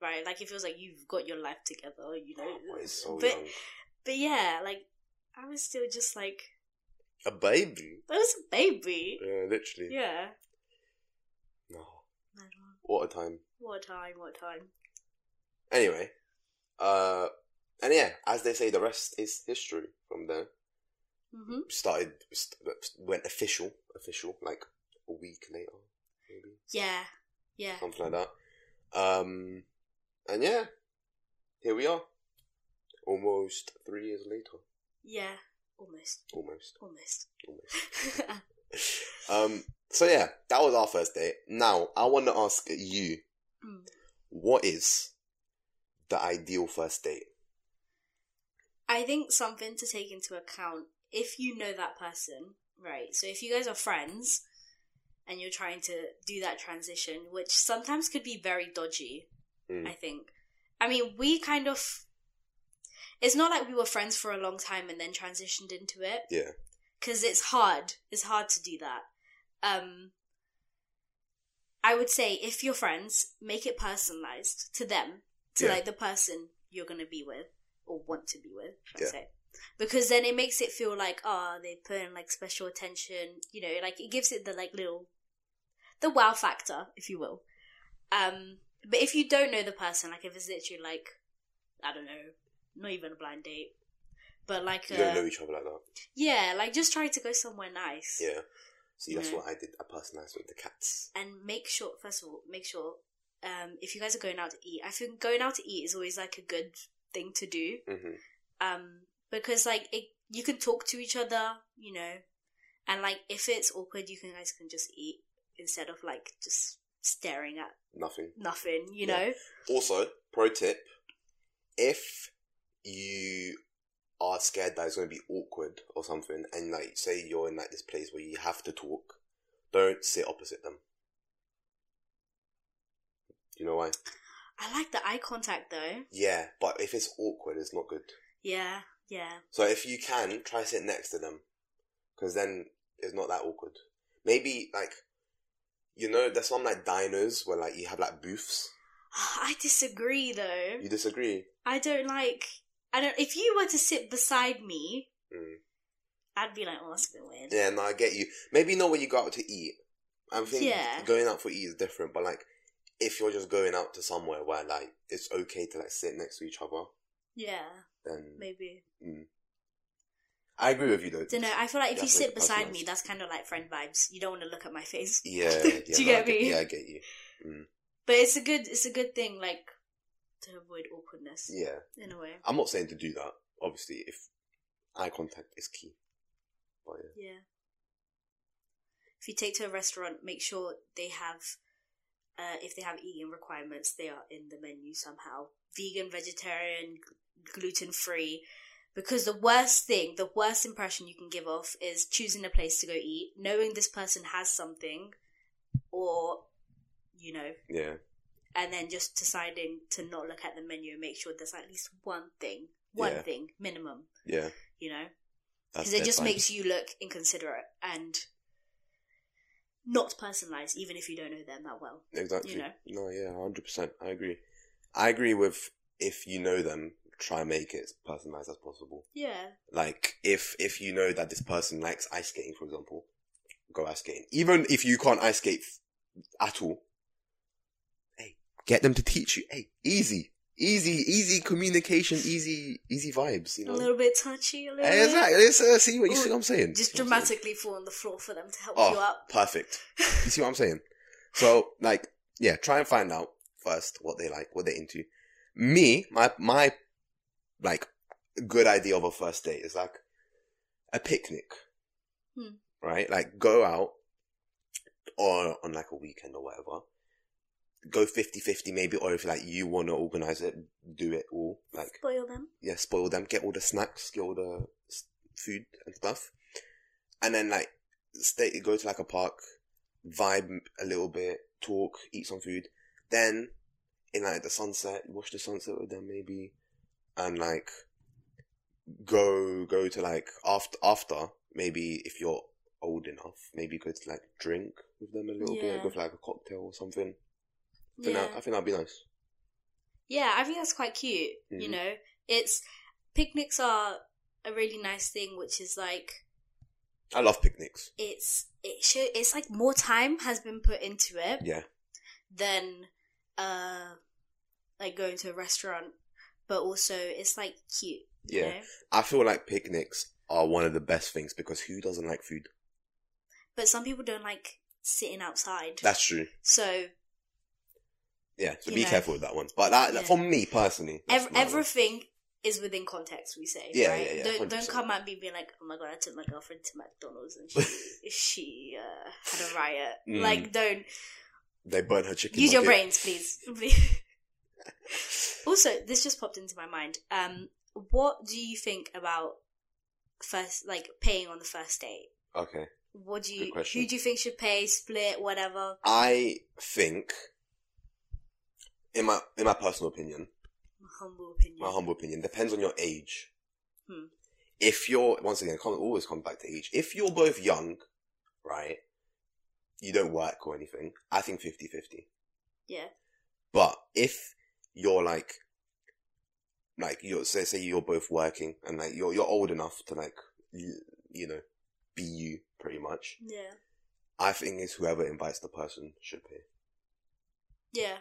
S1: Right? Like it feels like you've got your life together, you know.
S2: Oh, it's so
S1: but
S2: young.
S1: but yeah, like I was still just like
S2: A baby,
S1: I was a baby.
S2: yeah, literally.
S1: Yeah.
S2: No,
S1: I don't know.
S2: what a time.
S1: What time? What time?
S2: Anyway, uh, and yeah, as they say, the rest is history. From there,
S1: hmm
S2: started st- went official, official like a week later, maybe.
S1: Yeah. Yeah.
S2: something like that. Um, and yeah, here we are, almost three years later.
S1: Yeah. Almost.
S2: Almost,
S1: Almost.
S2: almost. Um, so yeah, that was our first date. Now I want to ask you,
S1: Mm.
S2: what is the ideal first date?
S1: I think something to take into account if you know that person, right? So if you guys are friends, and you're trying to do that transition, which sometimes could be very dodgy,
S2: Mm.
S1: I think. I mean, we kind of. It's not like we were friends for a long time and then transitioned into it.
S2: Yeah.
S1: Because it's hard. It's hard to do that. Um, I would say if you're friends, make it personalized to them, to
S2: Yeah.
S1: like the person you're going to be with or want to be with, should I
S2: Yeah.
S1: say. Because then it makes it feel like, oh, they put in like special attention, you know, like it gives it the like little, the wow factor, if you will. Um, but if you don't know the person, like if it's literally like, I don't know, not even a blind date, but like,
S2: You don't
S1: uh,
S2: know each other like that.
S1: yeah, like just try to go somewhere nice.
S2: Yeah. See, that's
S1: No.
S2: what I did. I personalised with the cats.
S1: and make sure first of all make sure um, if you guys are going out to eat i think going out to eat is always like a good thing to do
S2: Mm-hmm.
S1: um, because like it, you can talk to each other you know and like if it's awkward you can guys can just eat instead of like just staring at
S2: Nothing.
S1: nothing you
S2: Yeah.
S1: know
S2: Also, pro tip: if you are scared that it's going to be awkward or something, and like say you're in like this place where you have to talk, don't sit opposite them. You know why?
S1: i like the eye contact though
S2: Yeah, but if it's awkward, it's not good.
S1: yeah yeah
S2: So if you can, try sit next to them, because then it's not that awkward. Maybe like, you know, there's some like diners where like you have like booths.
S1: i disagree though
S2: You disagree?
S1: i don't like i don't if you were to sit beside me
S2: Mm.
S1: i'd be like oh that's a bit weird
S2: Yeah, no, I get you. Maybe not when you go out to eat. I think
S1: Yeah.
S2: going out for eat is different, but like if you're just going out to somewhere where like it's okay to like sit next to each other,
S1: yeah
S2: then
S1: maybe
S2: I agree with you though.
S1: don't know. I feel like if you
S2: Definitely
S1: sit beside me,
S2: personalised.
S1: that's kind of like friend vibes. You don't want to look at my face,
S2: Yeah, yeah,
S1: Do you
S2: no, I
S1: get me?
S2: Yeah, I get you.
S1: but it's a good it's a good thing like to avoid awkwardness
S2: Yeah,
S1: in a way.
S2: I'm not saying to do that. Obviously, if eye contact is key, but yeah.
S1: Yeah. If you take to a restaurant, make sure they have uh, if they have eating requirements, they are in the menu somehow. Vegan, vegetarian, gluten free. Because the worst thing, the worst impression you can give off is choosing a place to go eat, knowing this person has something, or, you know,
S2: Yeah,
S1: and then just deciding to not look at the menu and make sure there's at least one thing, one
S2: Yeah.
S1: thing minimum,
S2: yeah.
S1: you know,
S2: that's
S1: because it
S2: dead
S1: just
S2: vibes.
S1: makes you look inconsiderate and not personalized, even if you don't know them that well.
S2: Exactly.
S1: You know?
S2: No, yeah, hundred percent. I agree. I agree with if you know them, try and make it as personalized as possible.
S1: Yeah,
S2: Like if if you know that this person likes ice skating, for example, go ice skating. Even if you can't ice skate at all, hey, get them to teach you. Hey, easy, easy, easy communication, easy, easy vibes. You
S1: a
S2: know.
S1: little bit touchy, a little
S2: Hey,
S1: bit.
S2: exactly. It's, uh, see what you
S1: Ooh,
S2: see what I'm saying.
S1: Just
S2: See what I'm saying?
S1: dramatically fall on the floor for them to help
S2: Oh,
S1: you up.
S2: perfect. You see what I'm saying? So, like, yeah, try and find out first what they like, what they're into. Me, my, my, like, good idea of a first date is like a picnic,
S1: Hmm.
S2: right? Like, go out or on like a weekend or whatever. Go 50 50 maybe, or if like you want to organize it, do it all. Like,
S1: Spoil them.
S2: yeah, spoil them, get all the snacks, get all the s- food and stuff, and then like stay, go to like a park, vibe a little bit, talk, eat some food, then in like the sunset, watch the sunset with them maybe, and like go go to like after after maybe if you're old enough, maybe go to like drink with them a little
S1: Yeah.
S2: bit, go for like a cocktail or something. I think,
S1: Yeah.
S2: that, I think that'd be nice.
S1: Yeah, I think that's quite cute. You
S2: Mhm.
S1: know, it's picnics are a really nice thing, which is like
S2: I love picnics.
S1: it's it show, it's like more time has been put into it
S2: Yeah,
S1: than uh like going to a restaurant, but also it's like cute. you
S2: Yeah.
S1: know?
S2: I feel like picnics are one of the best things because who doesn't like food?
S1: But some people don't like sitting outside.
S2: That's true.
S1: so
S2: Yeah, so
S1: You
S2: be
S1: know.
S2: careful with that one. But that,
S1: Yeah.
S2: for me personally, that's
S1: ev-
S2: my one.
S1: everything is within context. We say,
S2: Yeah,
S1: right?
S2: yeah, yeah,
S1: don't don't
S2: 100%.
S1: come at me being like, "Oh my god, I took my girlfriend to McDonald's and she she uh, had a riot."
S2: Mm.
S1: Like, don't
S2: they burn her chicken.
S1: use your
S2: nugget.
S1: brains, please. Please. also, this just popped into my mind. Um, what do you think about first like paying on the first date?
S2: Okay.
S1: What do
S2: Good
S1: you
S2: question.
S1: who do you think should pay? Split, whatever.
S2: I think, in my in my personal opinion,
S1: My humble opinion.
S2: my humble opinion, depends on your age.
S1: Hmm.
S2: If you're once again, come, always come back to age. If you're both young, right, you don't work or anything. I think 50-50.
S1: Yeah.
S2: But if you're like, like you're say say you're both working and like you're you're old enough to like you, you know be you pretty much.
S1: Yeah.
S2: I think it's whoever invites the person should pay.
S1: Yeah.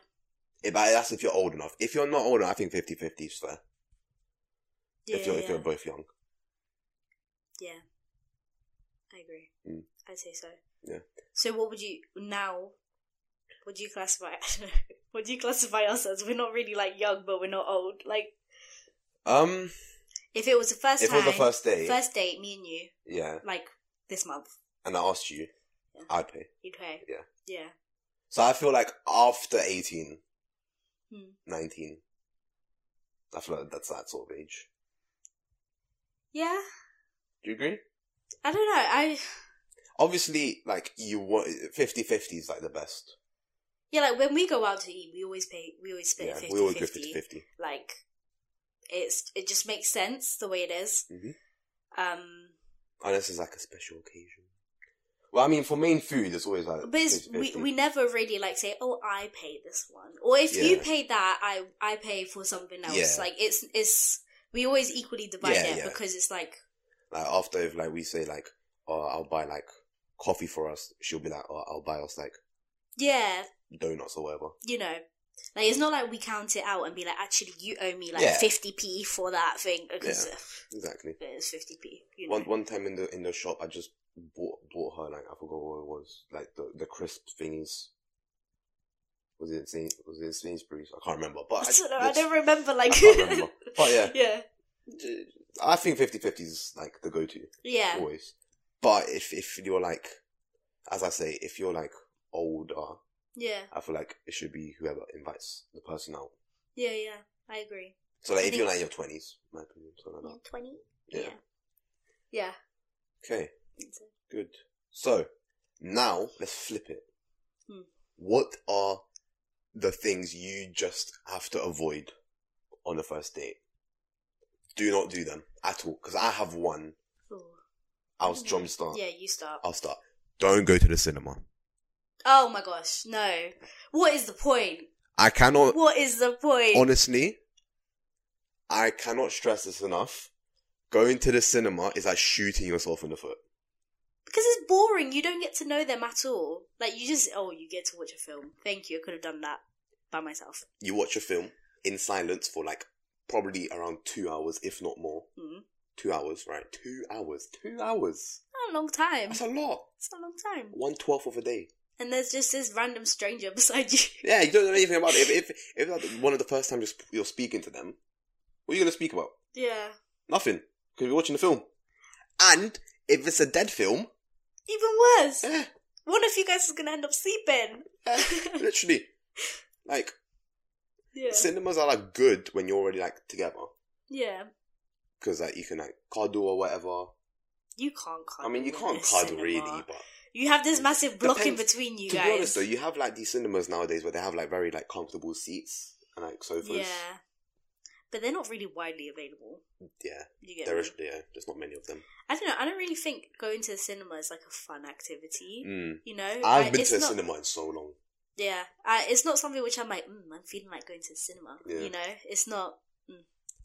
S2: If, I- that's if you're old enough. If you're not old enough, I think 50-50 is fair.
S1: Yeah.
S2: if you're
S1: yeah.
S2: if you're both young.
S1: yeah. I agree.
S2: Mm.
S1: I'd say so.
S2: Yeah.
S1: So what would you now what do you classify what do you classify us as? We're not really like young but we're not old. Like
S2: Um,
S1: if it was the first
S2: if it
S1: time
S2: was the first date,
S1: first date, me and you,
S2: yeah,
S1: like this month,
S2: and I asked you,
S1: Yeah.
S2: I'd pay.
S1: you'd pay.
S2: Yeah.
S1: Yeah.
S2: So I feel like after 18,
S1: Hmm.
S2: 19, I feel like that's that sort of age.
S1: Yeah.
S2: Do you agree?
S1: I don't know. I
S2: Obviously, like you want 50 50 is like the best.
S1: yeah, like when we go out to eat, we always pay. We always split
S2: yeah,
S1: 50,
S2: we always go
S1: 50
S2: 50 50.
S1: Like it's it just makes sense the way it is.
S2: Mhm.
S1: Um,
S2: Unless it's like a special occasion. Well, I mean, for main food, it's always like.
S1: but it's,
S2: 50,
S1: we we never really like say, oh, I pay this one, or if you
S2: Yeah.
S1: pay that, I I pay for something else.
S2: Yeah.
S1: Like it's it's we always equally divide
S2: Yeah,
S1: it
S2: yeah.
S1: because it's like
S2: Like, after, if like we say, like, oh, I'll buy like coffee for us, she'll be like, oh, I'll buy us like
S1: yeah,
S2: donuts or whatever.
S1: you know. Like it's not like we count it out and be like, actually, you owe me like
S2: Yeah.
S1: fifty p for that thing because
S2: Exactly.
S1: it's fifty p. You know?
S2: One one time in the in the shop, I just bought bought her like I forgot what it was, like the the crisp thingies. Was it Sain, was it Sainsbury's? I can't remember, but I,
S1: I don't know. I
S2: it's-
S1: don't remember.
S2: I
S1: Like,
S2: can't remember. But yeah,
S1: yeah,
S2: I think 50-50 is like the go to
S1: yeah,
S2: always. But if if you're like, as I say, if you're like older,
S1: yeah,
S2: I feel like it should be whoever invites the person out.
S1: yeah, yeah. I agree.
S2: So like
S1: I
S2: if you're
S1: think-
S2: like in your twenties, my opinion, something like
S1: Twenty.
S2: that.
S1: Yeah. Yeah.
S2: yeah. Okay. Good. So now let's flip it.
S1: Hmm.
S2: What are the things you just have to avoid on a first date? Do not do them at all. Because I have one.
S1: Ooh.
S2: I'll
S1: Mhm.
S2: jump start.
S1: Yeah, you start.
S2: I'll start. Don't go to the cinema.
S1: Oh my gosh, no. What is the point?
S2: I cannot.
S1: What is the point?
S2: Honestly, I cannot stress this enough. Going to the cinema is like shooting yourself in the foot.
S1: because it's boring. You don't get to know them at all. Like you just oh, you get to watch a film. Thank you. I could have done that by myself.
S2: You watch a film in silence for like probably around two hours, if not more.
S1: Mm.
S2: Two hours, right? Two hours. Two hours.
S1: Not a long time.
S2: That's a lot.
S1: It's not a long time.
S2: One twelfth of a day.
S1: And there's just this random stranger beside you.
S2: Yeah, you don't know anything about it. If if, if like one of the first time you're, sp- you're speaking to them, what are you going to speak about?
S1: yeah.
S2: Nothing. Because you're watching the film. And if it's a dead film,
S1: Even worse.
S2: eh,
S1: One of you guys is gonna end up sleeping.
S2: eh, literally. Like,
S1: Yeah.
S2: cinemas are like good when you're already like together.
S1: yeah.
S2: Because like you can like cuddle or whatever.
S1: You can't cuddle.
S2: I mean, you
S1: in
S2: can't
S1: a
S2: cuddle
S1: cinema.
S2: really, but
S1: You have this massive block in
S2: Depends.
S1: between you
S2: to
S1: guys.
S2: be honest though, you have like these cinemas nowadays where they have like very like comfortable seats and like sofas.
S1: yeah, but they're not really widely available.
S2: Yeah,
S1: You get
S2: there
S1: me?
S2: is. Yeah, there's not many of them.
S1: I don't know. I don't really think going to the cinema is like a fun activity.
S2: Mm.
S1: You know,
S2: I've
S1: I-
S2: been
S1: it's
S2: to a
S1: not,
S2: cinema in so long.
S1: Yeah, I, it's not something which I'm like. Mm, I'm feeling like going to the cinema.
S2: Yeah.
S1: You know, it's not.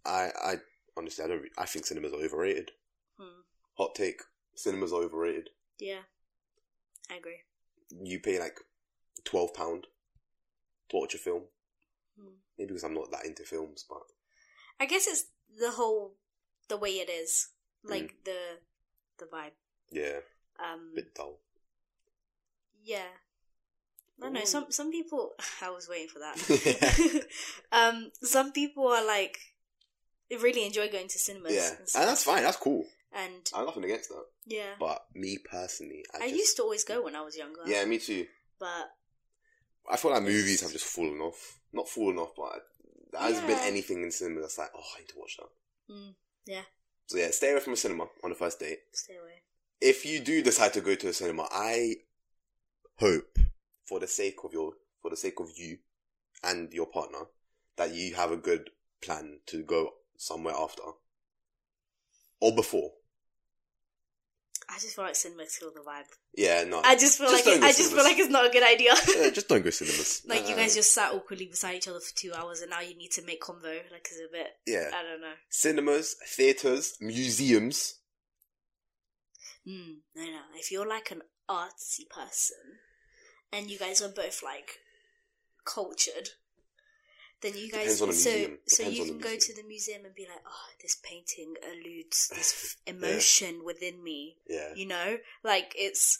S2: I, I honestly, I don't. Re- I think cinemas are overrated.
S1: Hmm,
S2: Hot take: cinemas are overrated.
S1: yeah, I agree.
S2: You pay like twelve pound to watch a film.
S1: Hmm.
S2: Maybe because I'm not that into films, but
S1: I guess it's the whole the way it is,
S2: Mm.
S1: like the the vibe.
S2: yeah,
S1: Um,
S2: a bit dull.
S1: Yeah. I don't know.
S2: Ooh.
S1: Some some people. I was waiting for that. um, some people are like they really enjoy going to cinemas.
S2: yeah,
S1: and,
S2: and
S1: stuff.
S2: that's fine. That's cool.
S1: And,
S2: I have nothing against that.
S1: yeah,
S2: But me personally, I,
S1: I,
S2: just,
S1: used to always go when I was younger.
S2: Yeah, me too.
S1: but
S2: I feel like movies have just fallen off. Not fallen off, but there hasn't been
S1: Yeah.
S2: anything in cinema that's like, oh, I need to watch that.
S1: mm, yeah,
S2: So yeah, stay away from a cinema on a first date.
S1: Stay away.
S2: If you do decide to go to a cinema, I hope for the sake of your for the sake of you and your partner that you have a good plan to go somewhere after or before.
S1: I just feel like cinemas kill the vibe.
S2: Yeah, no.
S1: I just feel
S2: Oh, Just
S1: like
S2: don't
S1: it,
S2: go
S1: I just feel
S2: cinemas.
S1: like it's not a good idea.
S2: Yeah, just don't go cinemas.
S1: like you
S2: Uh,
S1: guys just sat awkwardly beside each other for two hours, and now you need to make convo. Like it's a bit.
S2: yeah,
S1: I don't know.
S2: cinemas, theaters, museums.
S1: Mm, no, no. If you're like an artsy person and you guys are both like cultured, then you guys
S2: Depends on the
S1: so
S2: museum.
S1: so
S2: Depends
S1: you
S2: on the
S1: can go to
S2: museum.
S1: the museum and be like, oh, this painting alludes this f- emotion within me.
S2: Yeah. Mm.
S1: You know, like it's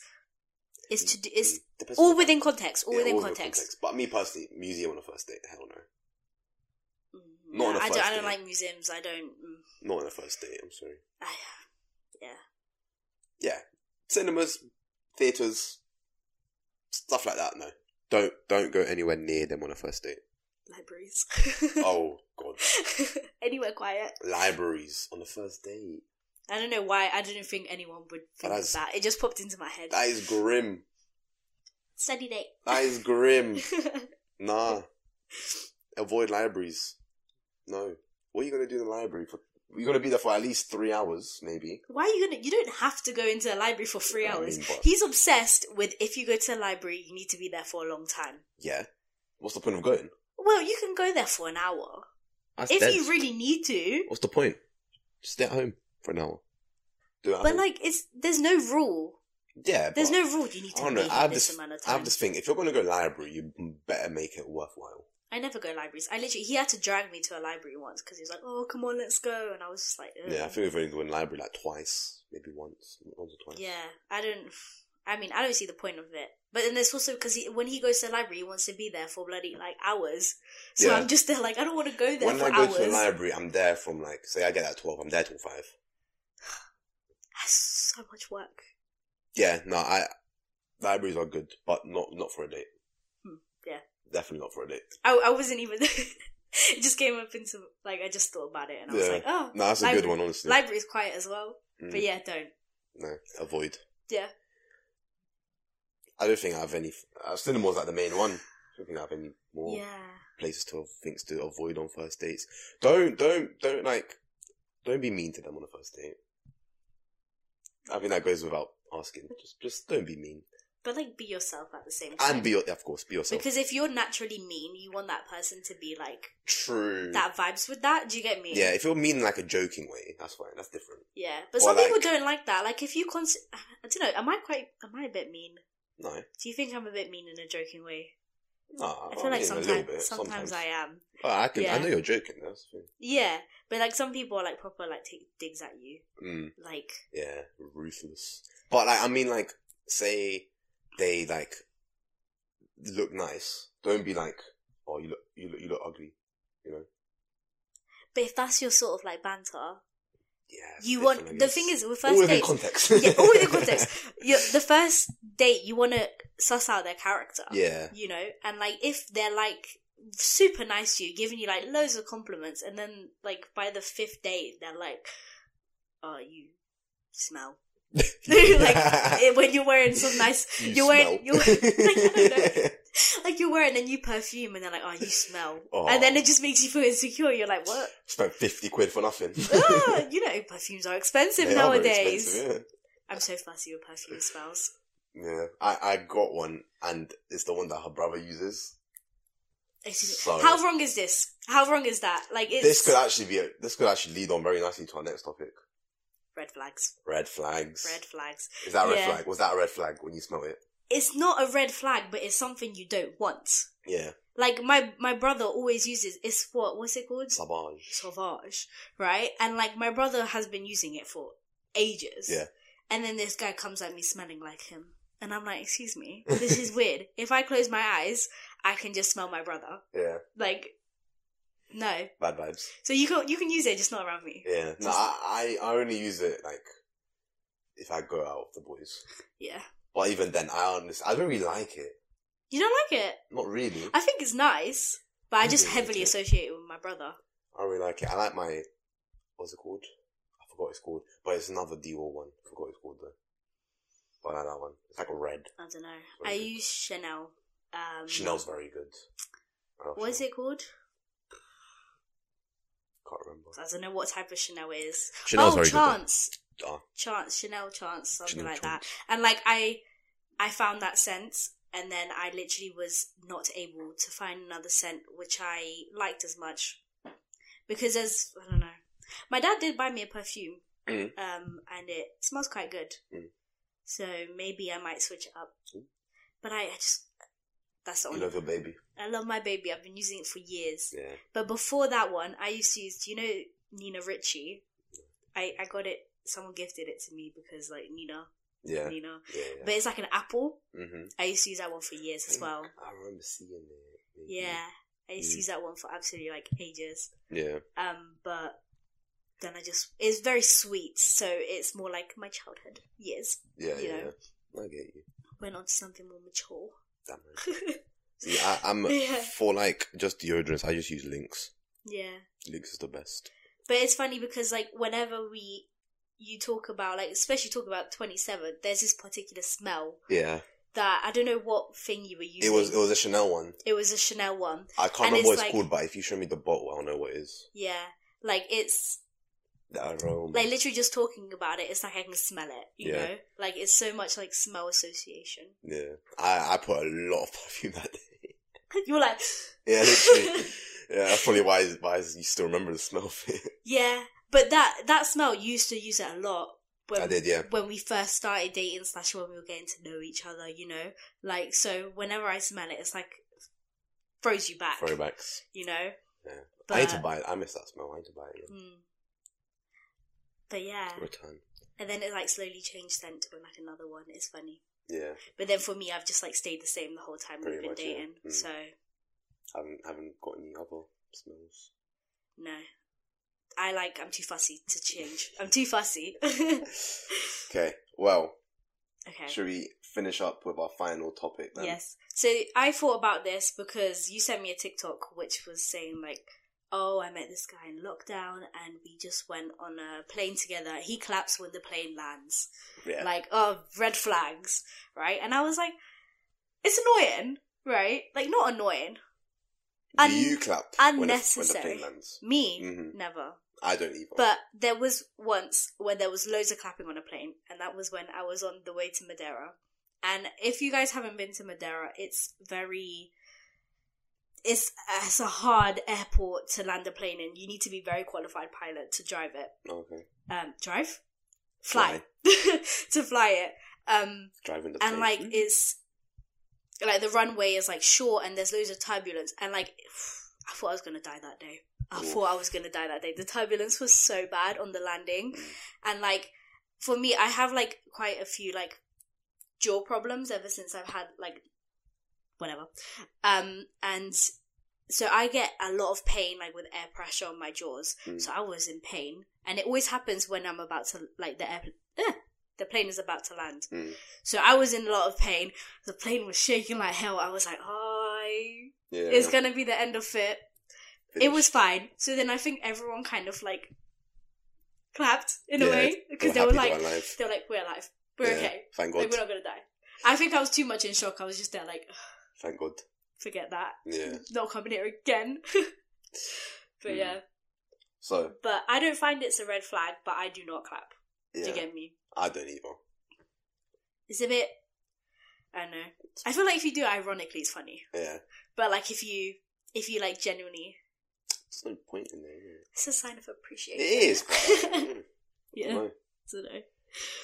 S1: it's to do, it's
S2: Depends on
S1: all
S2: the-
S1: within context. All
S2: yeah,
S1: within
S2: all
S1: context.
S2: But me personally, museum on a first date, hell no.
S1: Mm,
S2: Not on
S1: no,
S2: a
S1: I don't.
S2: first
S1: I don't
S2: date.
S1: like museums. I don't. Mm,
S2: Not on a first date, I'm sorry.
S1: I, uh,
S2: Yeah. Cinemas, theatres, stuff like that, no. Don't don't go anywhere near them on a first date.
S1: libraries.
S2: oh god.
S1: Anywhere quiet.
S2: Libraries on the first date.
S1: I don't know why. I didn't think anyone would think of
S2: That's-
S1: that. It just popped into my head.
S2: That is grim.
S1: Study date.
S2: That is grim. Nah. Avoid libraries. No. What are you gonna do in the library for you're gonna be there for at least three hours, maybe.
S1: why are you gonna? You don't have to go into a library for three
S2: I
S1: hours.
S2: mean, but-
S1: He's obsessed with if you go to a library, you need to be there for a long time.
S2: Yeah. What's the point of going?
S1: Well, you can go there for an hour
S2: That's
S1: if
S2: dead.
S1: you really need to.
S2: What's the point? Just stay at home for an hour. Do it at
S1: But
S2: home.
S1: like, it's there's no rule.
S2: yeah,
S1: There's
S2: but-
S1: no rule. You need
S2: I
S1: to
S2: don't
S1: be
S2: know.
S1: here
S2: Oh, I have
S1: this
S2: this.
S1: amount of
S2: I
S1: time. I,
S2: have this thing. If you're going to go library, you better make it worthwhile.
S1: never go to libraries. I literally he had to drag me to a library once because he was like, "Oh, come on, let's go," and I was just like, Ugh.
S2: Yeah, I think we've only gone library like twice, maybe once, once or twice.
S1: Yeah, I don't. I mean, I don't see the point of it. But then there's also because he, when he goes to the library, he wants to be there for bloody like hours. So
S2: Yeah.
S1: I'm just there, like I don't want to go there
S2: When
S1: for
S2: I go
S1: hours.
S2: to the library, I'm there from like say I get at twelve. I'm there till five.
S1: That's so much work.
S2: Yeah, no, I libraries are good, but not not for a date.
S1: Hmm, yeah.
S2: definitely not for a date.
S1: I, I wasn't even. it just came up into like I just thought about it and I was
S2: Yeah.
S1: like, oh,
S2: No, that's a
S1: Library-
S2: good one, honestly.
S1: library's quiet as well.
S2: Mm.
S1: But yeah, don't.
S2: no, avoid.
S1: Yeah.
S2: I don't think I have any. Uh, cinema's like the main one. I don't think I have any more.
S1: Yeah.
S2: places to things to avoid on first dates. Don't don't don't like don't be mean to them on a first date. I think that goes without asking. Just just don't be mean
S1: But like, be yourself at the same time.
S2: and be your- of course be yourself.
S1: because if you're naturally mean, you want that person to be like
S2: True.
S1: that vibes with that. Do you get me?
S2: Mm. yeah, if you're mean in like a joking way, that's fine. That's different.
S1: Yeah, but
S2: Or
S1: some people
S2: like-
S1: don't like that. Like if you const- I don't know, am I quite am I a bit mean?
S2: No,
S1: Do you think I'm a bit mean in a joking way?
S2: no.
S1: I feel like
S2: mean, Oh, a
S1: sometimes
S2: little bit,
S1: sometimes, I am.
S2: Oh, I can.
S1: Yeah.
S2: I know you're joking. That's the thing.
S1: Yeah, but like some people are like proper like take digs at you.
S2: Mm,
S1: Like
S2: yeah, ruthless. But like, I mean, like, say they like look nice. Don't be like, oh, you look, you look, you look ugly. You know.
S1: but if that's your sort of like banter,
S2: Yeah. it's
S1: you
S2: different,
S1: want
S2: I
S1: the
S2: guess.
S1: thing is with
S2: all
S1: first
S2: within
S1: date
S2: context.
S1: yeah, all within context. you the first date you want to suss out their character.
S2: Yeah.
S1: You know, and like if they're like super nice to you, giving you like loads of compliments, and then like by the fifth date they're like, "Oh, you smell." like eh, when you're wearing some nice,
S2: You
S1: you're wearing-
S2: smell.
S1: you're wearing- like you're wearing a new perfume, and they're like, "Oh, you smell,"
S2: Oh.
S1: and then it just makes you feel insecure. You're like, "What?
S2: Spent fifty quid for nothing.
S1: Ah, you know, perfumes are expensive
S2: They are very
S1: nowadays."
S2: expensive,
S1: I'm so fussy with perfume smells.
S2: yeah. yeah. I I got one, and it's the one that her brother uses.
S1: It's-
S2: Sorry.
S1: How wrong is this? How wrong is that? Like it's
S2: This could actually be a, this could actually lead on very nicely to our next topic.
S1: red flags.
S2: Red flags.
S1: Red flags.
S2: Is that a red
S1: Yeah.
S2: flag? Was that a red flag when you smell it?
S1: it's not a red flag, but it's something you don't want.
S2: Yeah.
S1: Like my my brother always uses it's what what's it called
S2: Sauvage.
S1: sauvage, right? And like my brother has been using it for ages.
S2: Yeah.
S1: And then this guy comes at me smelling like him, and I'm like, excuse me, this is weird. If I close my eyes, I can just smell my brother.
S2: Yeah.
S1: Like, no.
S2: Bad vibes.
S1: So you can you can use it, just not around me.
S2: Yeah. No, I, I I only use it like if I go out with the boys.
S1: Yeah.
S2: But even then, I honestly, I don't really like it.
S1: You don't like it?
S2: Not really.
S1: I think it's nice, but I just
S2: Mhm.
S1: heavily associate it with my brother.
S2: I really like it. I like my what's it called? I forgot what it's called, but it's another Dior one. I forgot what it's called though. But I like that one. It's like a red.
S1: I don't know.
S2: Very
S1: I
S2: good.
S1: use Chanel. Um,
S2: Chanel's very good. I love
S1: What is
S2: Chanel.
S1: it called?
S2: Can't remember.
S1: I don't know what type of Chanel it is.
S2: Chanel's
S1: oh,
S2: very good.
S1: Chance,
S2: though. Ah,
S1: Chance, Chanel Chance, something
S2: Chanel
S1: like
S2: Chance.
S1: that. And like I, I found that scent, and then I literally was not able to find another scent which I liked as much because there's I don't know. My dad did buy me a perfume,
S2: Mm.
S1: um, and it smells quite good.
S2: Mm.
S1: So maybe I might switch it up.
S2: Ooh.
S1: But I, I just that's the
S2: you
S1: only.
S2: love your baby.
S1: I love my baby. I've been using it for years.
S2: Yeah.
S1: But before that one, I used to use. Do you know Nina Ritchie? I I got it. Someone gifted it to me because like Nina,
S2: Yeah.
S1: Nina.
S2: Yeah.
S1: But it's like an apple.
S2: yeah. hmm
S1: I used to use that one for years as well.
S2: I remember seeing it. maybe.
S1: Yeah, I used
S2: Mm.
S1: to use that one for absolutely like ages.
S2: Yeah.
S1: Um, but then I just it's very sweet, so it's more like my childhood years.
S2: Yeah.
S1: You
S2: Yeah.
S1: know.
S2: yeah. I get you.
S1: Went on to something more mature.
S2: Damn it. See, I, I'm
S1: Yeah.
S2: for like just deodorants. I just use Lynx.
S1: Yeah.
S2: Lynx is the best.
S1: But it's funny because like whenever we you talk about like especially talk about twenty seven, there's this particular smell
S2: Yeah.
S1: that I don't know what thing you were using.
S2: It was it was a Chanel one.
S1: It was a Chanel one.
S2: I can't
S1: And
S2: remember
S1: it's
S2: what it's
S1: like-
S2: called, but if you show me the bottle, I'll know what it is.
S1: Yeah, like it's
S2: The aroma.
S1: like literally just talking about it. It's like I can smell it. You
S2: Yeah.
S1: know, like it's so much like smell association.
S2: yeah. I, I put a lot of perfume that day.
S1: You're like,
S2: Yeah, literally. yeah, that's probably why why you still remember the smell of it.
S1: yeah, but that that smell you used to use it a lot. When,
S2: I did, yeah.
S1: when we first started dating slash when we were getting to know each other, you know, like so whenever I smell it, it's like throws you back.
S2: Throwbacks.
S1: you know.
S2: Yeah.
S1: But,
S2: I need to buy it. I miss that smell. I need to buy it. yeah.
S1: mm. But yeah,
S2: Return.
S1: and then it like slowly changed scent to like another one. It's funny,
S2: Yeah.
S1: but then for me, I've just like stayed the same the whole time
S2: Pretty
S1: we've been
S2: much, yeah.
S1: dating.
S2: Mm.
S1: So
S2: Haven't haven't got any other smells.
S1: no, I like I'm too fussy to change. I'm too fussy.
S2: Okay. Well,
S1: okay.
S2: should we finish up with our final topic then?
S1: Yes. So I thought about this because you sent me a TikTok which was saying like, "Oh, I met this guy in lockdown and we just went on a plane together. He claps when the plane lands.
S2: Yeah.
S1: Like, oh, red flags, right?" And I was like, "It's annoying, right? Like, not annoying. un-
S2: Do you clap
S1: unnecessary.
S2: when the, when the plane lands?
S1: Me,
S2: Mhm.
S1: never.
S2: I don't either.
S1: But there was once where there was loads of clapping on a plane, and that was when I was on the way to Madeira. And if you guys haven't been to Madeira, it's very it's it's a hard airport to land a plane in. You need to be very qualified pilot to drive it.
S2: okay.
S1: Um, drive, fly, to fly it. Um,
S2: Driving the plane.
S1: and like it's like the runway is like short and there's loads of turbulence and like I thought I was gonna die that day. I
S2: Oof.
S1: thought I was gonna die that day. The turbulence was so bad on the landing,
S2: Mm.
S1: and like for me, I have like quite a few like jaw problems ever since I've had like whatever, um, and so I get a lot of pain like with air pressure on my jaws.
S2: Mm.
S1: So I was in pain, and it always happens when I'm about to like the air, eh, the plane is about to land.
S2: Mm.
S1: So I was in a lot of pain. The plane was shaking like hell. I was like, "Oh,
S2: yeah,
S1: it's gonna be the end of it." It
S2: finished.
S1: was fine. So then I think everyone kind of like clapped in a
S2: Yeah,
S1: way because they
S2: happy
S1: were
S2: that
S1: like,
S2: we're alive.
S1: "They were like, we're alive. We're
S2: Yeah.
S1: okay.
S2: Thank God.
S1: Like we're not gonna die." I think I was too much in shock. I was just there like, "Ugh,
S2: Thank God.
S1: "Forget that.
S2: Yeah.
S1: Not coming here again." but
S2: Mm.
S1: yeah,
S2: So
S1: but I don't find it's a red flag. But I do not clap. Do
S2: yeah,
S1: you get me?
S2: I don't either.
S1: It's a bit. I don't know. I feel like if you do it ironically, it's funny.
S2: Yeah,
S1: But like if you if you like genuinely,
S2: there's no point in there. is
S1: it's a sign of
S2: It,
S1: appreciation.
S2: it is. but, mm,
S1: yeah.
S2: no.
S1: So no.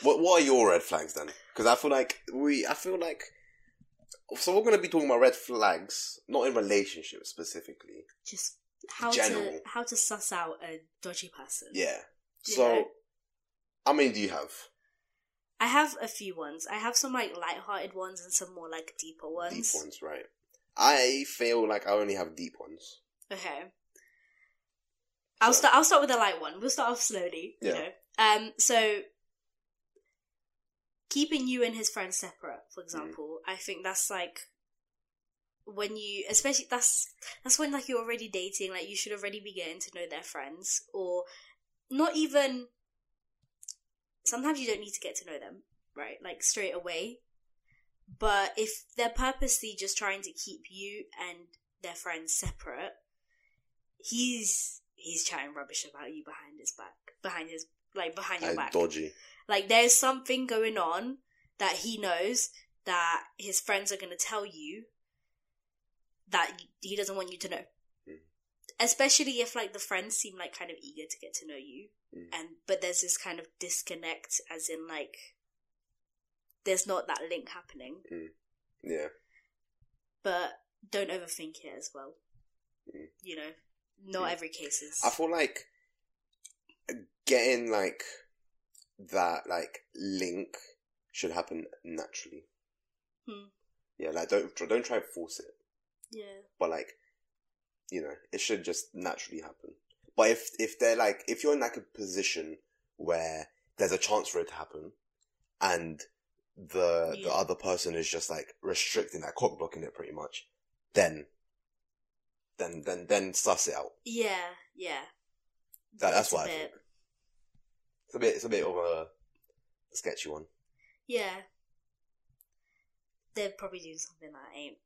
S2: What What are your red flags then? Because I feel like we. I feel like. So we're gonna be talking about red flags, not in relationships specifically.
S1: Just how
S2: General.
S1: to how to suss out a dodgy person.
S2: Yeah.
S1: You
S2: So,
S1: know?
S2: how many do you have?
S1: I have a few ones. I have some like light-hearted ones and some more like deeper ones.
S2: Deep ones, right? I feel like I only have deep ones.
S1: Okay. I'll
S2: So-
S1: start. I'll start with a light one. We'll start off slowly. You
S2: Yeah.
S1: know? Um. So keeping you and his friends separate, for
S2: Mm.
S1: example, I think that's like when you, especially that's that's when like you're already dating. Like you should already be getting to know their friends, or not even sometimes you don't need to get to know them, right? Like straight away. But if they're purposely just trying to keep you and their friends separate, he's he's chatting rubbish about you behind his back, behind his like behind your
S2: Like,
S1: back.
S2: dodgy.
S1: Like there's something going on that he knows that his friends are going to tell you that he doesn't want you to know.
S2: Mm.
S1: Especially if like the friends seem like kind of eager to get to know you
S2: Mm.
S1: and but there's this kind of disconnect as in like there's not that link happening.
S2: Yeah.
S1: But don't overthink it as well.
S2: Mm.
S1: You know, not
S2: Mm.
S1: every case is
S2: I feel like getting like that like link should happen naturally.
S1: Hmm.
S2: Yeah, like don't tr- don't try and force it,
S1: yeah.
S2: but like you know it should just naturally happen. But if if they're like if you're in like a position where there's a chance for it to happen, and the
S1: Yeah.
S2: the other person is just like restricting that cock blocking it pretty much, then then then then suss it out.
S1: Yeah, yeah.
S2: That, that's
S1: It's a
S2: what I
S1: bit-
S2: think. It's a bit, it's a bit of a sketchy one.
S1: Yeah. They're probably doing something that ain't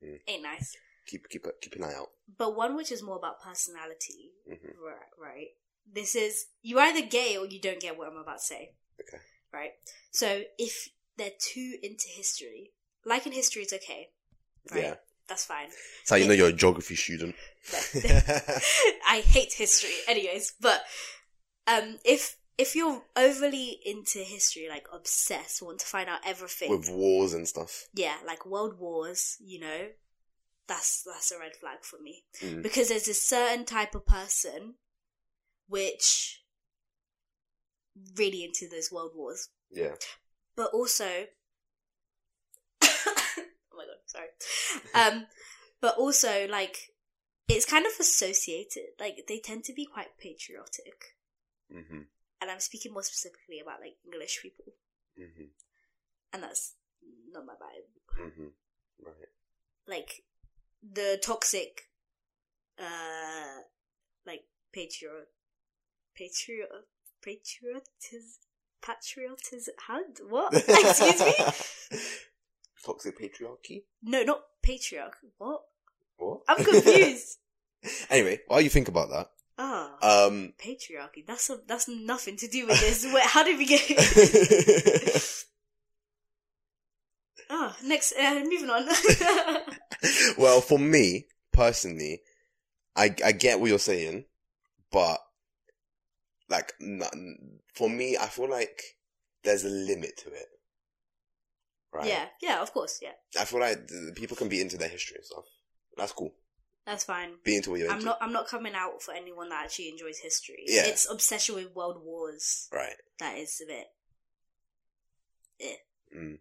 S2: Yeah.
S1: ain't nice.
S2: Keep, keep, keep an eye out.
S1: But one which is more about personality,
S2: hmm
S1: right? Right. This is you're either gay or you don't get what I'm about to say.
S2: Okay.
S1: Right. So if they're too into history, like in history, it's okay. Right.
S2: Yeah.
S1: That's fine.
S2: That's how you know you're a geography student.
S1: I hate history, anyways. But um, if if you're overly into history, like obsessed, want to find out everything,
S2: With wars and stuff.
S1: yeah, like world wars, you know, that's that's a red flag for me
S2: Mm.
S1: because there's a certain type of person which really into those world wars,
S2: Yeah.
S1: but also, oh my god, sorry, um, but also like it's kind of associated. Like they tend to be quite patriotic,
S2: Mm-hmm.
S1: and I'm speaking more specifically about like English people,
S2: Mm-hmm.
S1: and that's not my vibe.
S2: Mm-hmm. Right.
S1: like the toxic uh like patriot patriot patriotism patriotism how what excuse me
S2: Toxic patriarchy?
S1: no not patriarch what
S2: What?
S1: i'm confused
S2: anyway, while you think about that,
S1: oh
S2: um,
S1: patriarchy that's a, that's nothing to do with this Wait, how did we get oh next uh, moving on
S2: well, for me personally, I I get what you're saying, but like n- for me, I feel like there's a limit to it. Right?
S1: yeah yeah of course yeah
S2: I feel like the people can be into their history and stuff. That's cool.
S1: that's fine
S2: Be into what you're
S1: I'm
S2: into.
S1: not. I'm not coming out for anyone that actually enjoys history.
S2: Yeah.
S1: It's obsession with world wars
S2: right.
S1: that is a bit.
S2: Mm.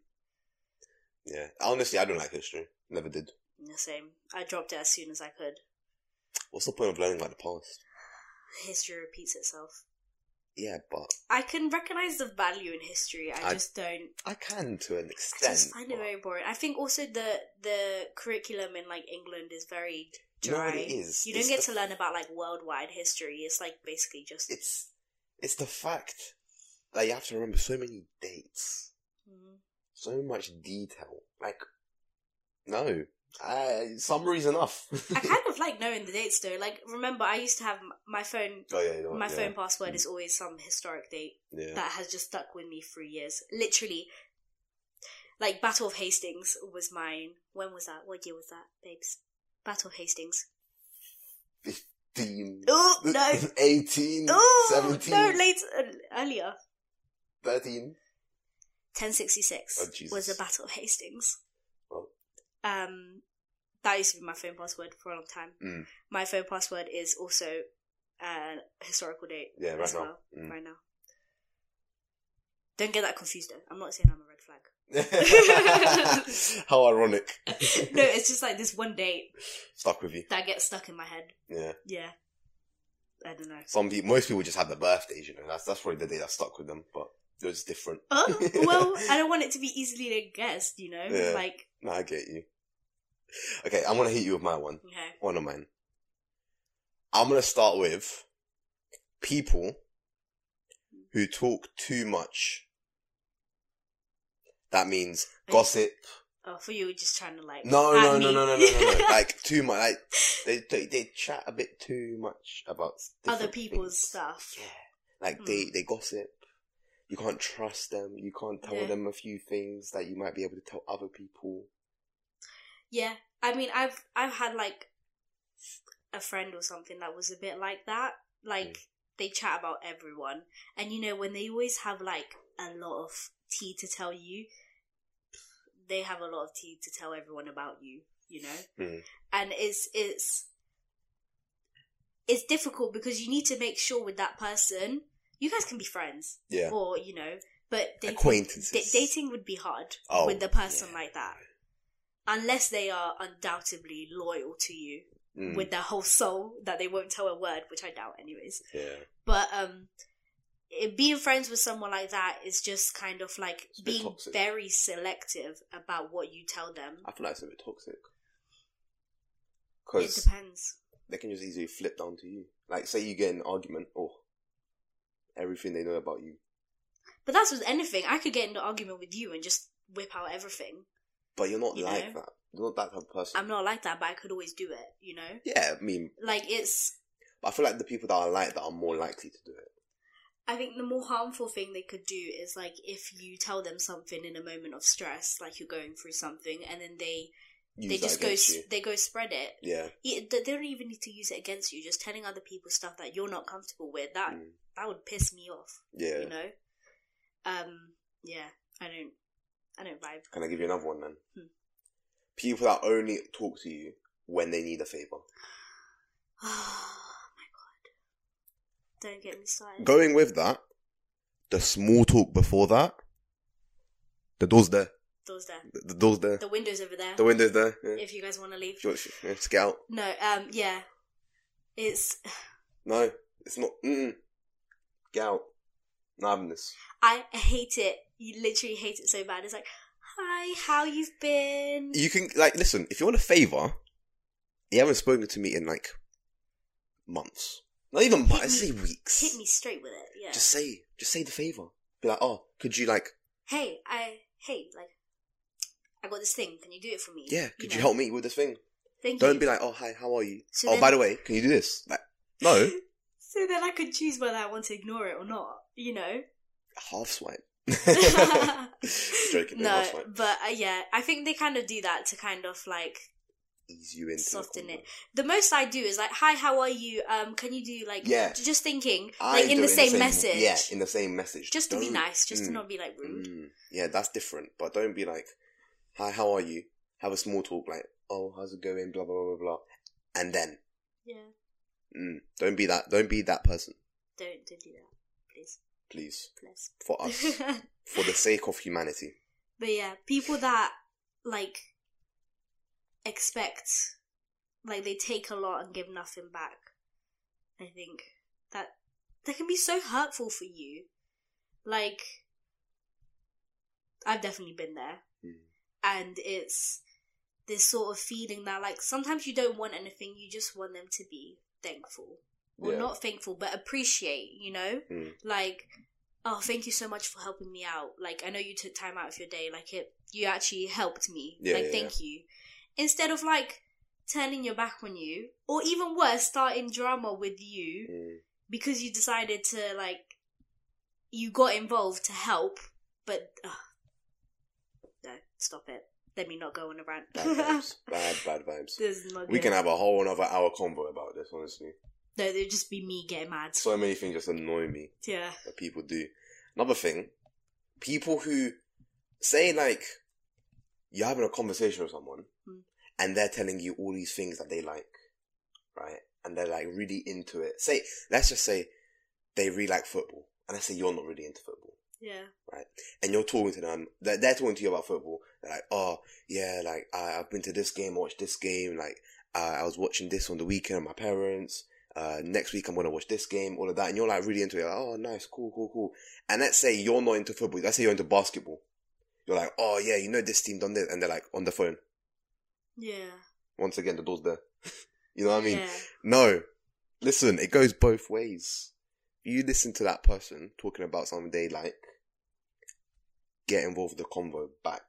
S2: Yeah. Honestly, I don't like history. Never did.
S1: The same. I dropped it as soon as I could.
S2: What's the point of learning about the past?
S1: History repeats itself.
S2: Yeah, but
S1: I can recognize the value in history. I,
S2: I-
S1: just don't.
S2: I can to an
S1: I
S2: extent.
S1: just find it
S2: but-
S1: very boring. I think also the the curriculum in like England is very
S2: You know
S1: dry.
S2: what it is?
S1: You don't
S2: It's
S1: get
S2: the-
S1: to learn about like worldwide history. It's like basically just.
S2: it's it's the fact that you have to remember so many dates,
S1: Mm.
S2: so much detail. Like, no, I, summary's enough.
S1: I kind of like knowing the dates though. Like remember, I used to have m- my phone.
S2: oh yeah, you know what,
S1: My
S2: yeah, Mm.
S1: phone password is always some historic date.
S2: Yeah,
S1: that has just stuck with me for years. Literally, like Battle of Hastings was mine. When was that? What year was that, babes? Battle of Hastings.
S2: Fifteen,
S1: Oh, no.
S2: 18,
S1: Oh
S2: 17,
S1: no, later, uh, earlier.
S2: 13.
S1: 1066
S2: Oh, Jesus.
S1: was the Battle of Hastings.
S2: Well.
S1: Um, that used to be my phone password for a long time.
S2: Mm.
S1: My phone password is also a historical date
S2: Yeah, right
S1: as
S2: now.
S1: well
S2: Mm.
S1: right now. Don't get that confused though. I'm not saying I'm a red flag.
S2: How ironic.
S1: no, it's just like this one date
S2: Stuck with you.
S1: that gets stuck in my head.
S2: Yeah.
S1: Yeah. I don't know.
S2: Some people, most people just have their birthdays, you know. That's that's probably the day that stuck with them, but it was different.
S1: Oh, well, I don't want it to be easily guessed, you know?
S2: Yeah.
S1: Like,
S2: No, I get you. Okay, I'm gonna hit you with my one.
S1: okay.
S2: one of mine. I'm gonna start with people who talk too much. That means gossip.
S1: Oh, for you, were just trying to like.
S2: No,
S1: at
S2: no, no,
S1: me.
S2: no, no, no, no, no. Like too much. Like they, they they chat a bit too much about
S1: Other
S2: different
S1: people's
S2: things.
S1: stuff. Hmm.
S2: Yeah. Like they, they gossip. You can't trust them. You can't tell
S1: Yeah.
S2: them a few things that you might be able to tell other people.
S1: Yeah, I mean, I've I've had like a friend or something that was a bit like that. Like
S2: Mm.
S1: they chat about everyone, and you know when they always have like a lot of tea to tell you, they have a lot of tea to tell everyone about you. You know,
S2: Mm.
S1: and it's it's it's difficult because you need to make sure with that person you guys can be friends
S2: Yeah.
S1: or you know, but dating,
S2: Acquaintances.
S1: da- dating would be hard
S2: Oh,
S1: with a person
S2: yeah.
S1: like that unless they are undoubtedly loyal to you
S2: Mm,
S1: with their whole soul that they won't tell a word which i doubt anyways
S2: yeah.
S1: but um it, being friends with someone like that is just kind of like
S2: It's a bit
S1: being
S2: toxic.
S1: very selective about what you tell them
S2: I feel like it's a bit toxic.
S1: it
S2: Because
S1: depends
S2: they can just easily flip down to you. Like, say you get in an argument, oh, everything they know about you.
S1: but that's with anything i could get into argument with you and just whip out everything
S2: But you're not
S1: You
S2: like
S1: know?
S2: that. You're not that type of person.
S1: i'm not like that but i could always do it you know
S2: Yeah, I mean,
S1: like it's
S2: I feel like the people that are like that are more likely to do it.
S1: I think the more harmful thing they could do is like if you tell them something in a moment of stress, like you're going through something, and then they
S2: Use
S1: they
S2: that
S1: just go
S2: against
S1: s
S2: you.
S1: they go spread it.
S2: Yeah.
S1: E- They they don't even need to use it against you. Just telling other people stuff that you're not comfortable with that
S2: Mm.
S1: that would piss me off.
S2: Yeah.
S1: Ah. You know, um, yeah, I don't, I don't vibe.
S2: Can I give you another one then?
S1: Hmm.
S2: People that only talk to you when they need a favor.
S1: Oh my god, don't get me started.
S2: Going with that, the small talk before that, the door's there.
S1: Doors there,
S2: The, the door's there.
S1: the windows over there.
S2: The window's there. Yeah.
S1: if you guys want to leave,
S2: If you want to- yeah, just get out.
S1: no, um, yeah, it's
S2: No, it's not. Mm-mm. Get out. Not having this.
S1: I hate it. You literally hate it so bad. It's like, hi, how you've been?
S2: You can, like, listen, if you want a favor, you haven't spoken to me in, like, months. Not even
S1: Hit
S2: months,
S1: me-
S2: say weeks.
S1: Hit me straight with it. Yeah.
S2: Just say, just say the favor. Be like, oh, could you, like,
S1: hey, I hey, like, I got this thing. Can you do it for me?
S2: yeah, could you,
S1: know?
S2: help me with this thing?
S1: Thank
S2: Don't
S1: you.
S2: be like, oh, hi, how are you?
S1: So
S2: oh,
S1: then-
S2: by the way, can you do this? Like, no,
S1: so then I could choose whether I want to ignore it or not. You know.
S2: half swipe. Joking, no,
S1: no,
S2: half swipe.
S1: but uh, yeah, I think they kind of do that to kind of like
S2: Ease you into the
S1: Soften
S2: combo.
S1: it. the most I do is like, hi, how are you? Um, can you do like
S2: Yeah.
S1: j- just thinking
S2: I
S1: like in
S2: do
S1: the,
S2: it
S1: same message,
S2: Yeah, in the same message.
S1: just to be
S2: Don't-
S1: nice, just to
S2: Mm.
S1: not be like rude.
S2: Mm, yeah, that's different. But don't be like, "Hi, how are you?" Have a small talk, like, "Oh, how's it going?" Blah blah blah blah blah, and then
S1: Yeah.
S2: mm, don't be that. Don't be that person,
S1: Don't don't do that, please,
S2: please,
S1: please.
S2: for us, for the sake of humanity.
S1: but yeah, people that like expect, like they take a lot and give nothing back. I think that that can be so hurtful for you. Like, I've definitely been there,
S2: Mm.
S1: and it's this sort of feeling that like sometimes you don't want anything, you just want them to be thankful. Well,
S2: Yeah.
S1: not thankful, but appreciate, you know?
S2: Mm.
S1: Like, oh, thank you so much for helping me out. Like, I know you took time out of your day. Like, it, you actually helped me.
S2: Yeah,
S1: like,
S2: yeah,
S1: thank you. Instead of, like, turning your back on you, or even worse, starting drama with you
S2: Mm.
S1: because you decided to, like, you got involved to help, but, ugh. no, stop it. Let me not go on a rant.
S2: Bad vibes, bad bad vibes.
S1: This is not
S2: We
S1: good.
S2: can have a whole another hour convo about this. Honestly,
S1: no, it would just be me getting mad.
S2: so many things just annoy me.
S1: Yeah.
S2: that people do. Another thing, people who say like you're having a conversation with someone
S1: Mm.
S2: and they're telling you all these things that they like, right? And they're like really into it. Say, let's just say they really like football, and I say you're not really into football,
S1: Yeah.
S2: and you're talking to them. They're, they're talking to you about football. They're like, oh yeah, like I, I've been to this game, I watched this game, like uh, I was watching this on the weekend with my parents. Uh, next week I'm gonna watch this game, all of that, and you're like really into it. Like, oh, nice, cool, cool, cool. And let's say you're not into football. Let's say you're into basketball. You're like, oh yeah, you know this team done this, and they're like on the phone.
S1: Yeah.
S2: Once again, the door's there. you know what I mean?
S1: yeah.
S2: No, listen, it goes both ways. you listen to that person talking about something they like, get involved with the convo back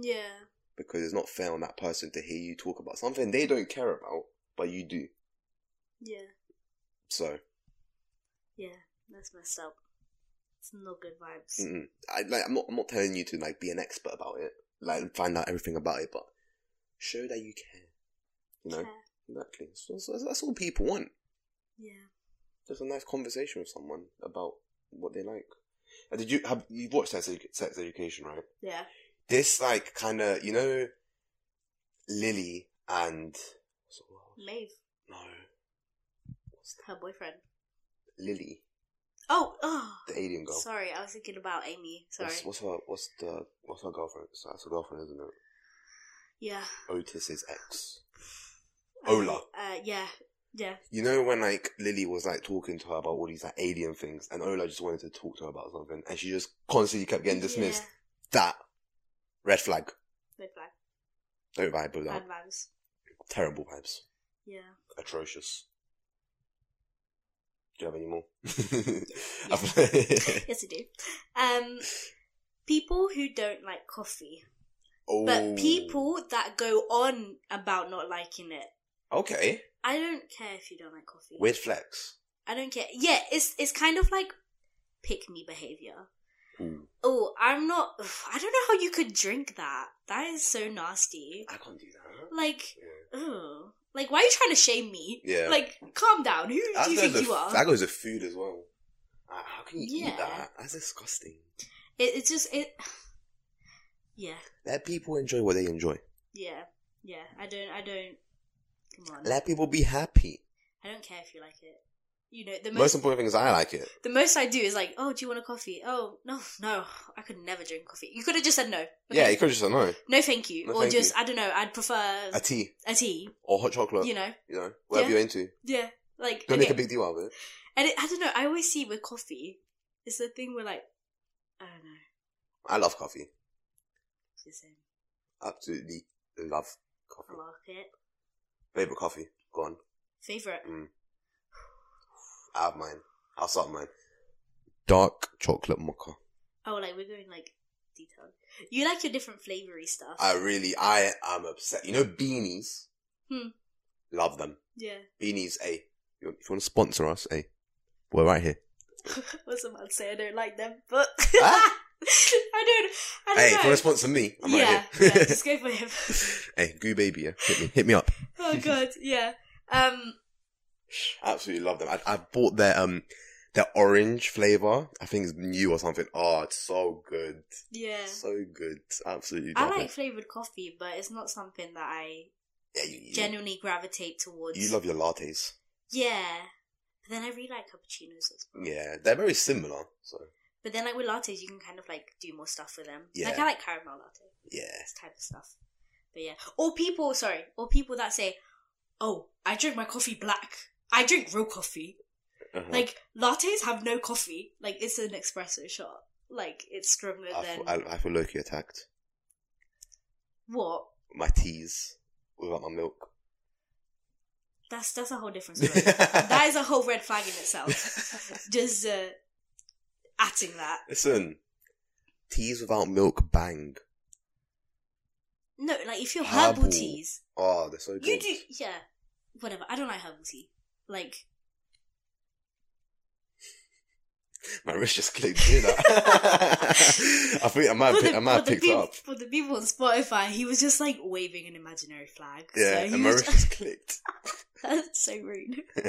S1: Yeah.
S2: because it's not fair on that person to hear you talk about something they don't care about, but you do.
S1: Yeah.
S2: So,
S1: Yeah. That's messed up. It's no good vibes.
S2: mm-mm. I, like, I'm not, I'm not telling you to like be an expert about it, like find out everything about it, but show that you care. You know,
S1: Care.
S2: exactly. So, so that's all people want.
S1: Yeah.
S2: just a nice conversation with someone about what they like. And did you have you watched Sex, Edu- Sex Education, right?
S1: Yeah.
S2: This like kind of you know, Lily and what's the word?
S1: Maeve,
S2: no
S1: her boyfriend.
S2: Lily,
S1: Oh, oh.
S2: the alien girl.
S1: Sorry, I was thinking about Amy. Sorry.
S2: What's, what's her? What's the? What's her girlfriend? So that's her girlfriend, isn't it?
S1: yeah.
S2: Otis's ex. Ola.
S1: Uh, yeah. Yeah.
S2: You know when like Lily was like talking to her about all these like alien things, and Ola just wanted to talk to her about something, and she just constantly kept getting dismissed. That red flag.
S1: Yeah. Red flag.
S2: Don't vibe with that.
S1: Bad vibes.
S2: Terrible vibes.
S1: Yeah.
S2: atrocious. Do you have any more?
S1: Yes, I do. Um, people who don't like coffee,
S2: oh,
S1: but people that go on about not liking it.
S2: Okay,
S1: I don't care if you don't like coffee.
S2: weird flex.
S1: I don't care. Yeah, it's it's kind of like pick me behavior.
S2: Ooh,
S1: Oh, I'm not. I don't know how you could drink that. That is so nasty.
S2: I can't do that.
S1: Like, oh, like why are you trying to shame me?
S2: Yeah.
S1: Like, calm down. Who
S2: That
S1: do you
S2: goes
S1: think
S2: with-
S1: you are?
S2: That goes with food as well. Uh, how can you
S1: Yeah.
S2: eat that? That's disgusting.
S1: It, it's just it. Yeah,
S2: Let people enjoy what they enjoy.
S1: yeah, yeah. I don't. I don't. Come on.
S2: Let people be happy.
S1: I don't care if you like it. You know, the
S2: Most
S1: most,
S2: important thing is I like it.
S1: the most I do is like, oh, do you want a coffee? Oh, no, no, I could never drink coffee. You could have just said no.
S2: Yeah, you could just say no.
S1: No, thank you.
S2: No,
S1: or
S2: thank
S1: just,
S2: you.
S1: I don't know, I'd prefer
S2: A tea
S1: a tea,
S2: or hot chocolate.
S1: you
S2: You know,
S1: know?
S2: whatever
S1: Yeah.
S2: you're into.
S1: Yeah. Like,
S2: Don't make
S1: okay.
S2: a big deal out of it.
S1: and it, I don't know, I always see with coffee, it's the thing where, like, I don't know,
S2: I love coffee.
S1: it's the same.
S2: Absolutely love coffee.
S1: I like it.
S2: Favorite coffee? Go on.
S1: Favorite.
S2: I have mine. I'll start mine. Dark chocolate mocha.
S1: Oh, like, we're going, like, detailed. You like your different flavory stuff.
S2: I really, I am upset. You know, beanies.
S1: Hmm.
S2: Love them.
S1: yeah.
S2: Beanies, a. If you want to sponsor us, a. We're right here.
S1: I was about to say I don't like them, but.
S2: Huh?
S1: I don't. I don't
S2: Hey, if
S1: know.
S2: you want to sponsor me, I'm
S1: yeah,
S2: right here.
S1: yeah, just go for him.
S2: hey, goo baby, yeah, hit me, hit me up.
S1: Oh god, yeah. Um,
S2: Absolutely love them. I, I bought their um, their orange flavor. I think it's new or something. Oh, it's so good,
S1: yeah.
S2: so good. Absolutely.
S1: I
S2: love
S1: like
S2: it.
S1: flavored coffee, but it's not something that I
S2: Yeah, you, you,
S1: genuinely gravitate towards.
S2: you love your lattes.
S1: yeah. But then I really like cappuccinos. as well.
S2: Yeah, they're very similar. So
S1: But then, like with lattes, you can kind of like do more stuff with them.
S2: Yeah.
S1: Like I like caramel latte,
S2: yeah.
S1: this type of stuff. But yeah, or people, sorry, or people that say, "Oh, I drink my coffee black. I drink real coffee.
S2: Uh-huh.
S1: Like lattes have no coffee. Like it's an espresso shot. Like it's stronger
S2: I
S1: than
S2: feel, I, I feel Loki attacked.
S1: what."
S2: My teas without my milk.
S1: That's that's a whole different story. that is a whole red flag in itself. Just uh, atting that.
S2: Listen, teas without milk bang.
S1: No, like if you're herbal,
S2: Herbal.
S1: teas,
S2: Oh, they're so good.
S1: you do yeah, whatever. I don't like herbal tea. Like
S2: My wrist just clicked. You know? I think I might have, pick, I might have picked
S1: people,
S2: up.
S1: for the people on Spotify, he was just like waving an imaginary flag.
S2: Yeah,
S1: so he
S2: and my
S1: was
S2: wrist just clicked.
S1: that's so rude. um,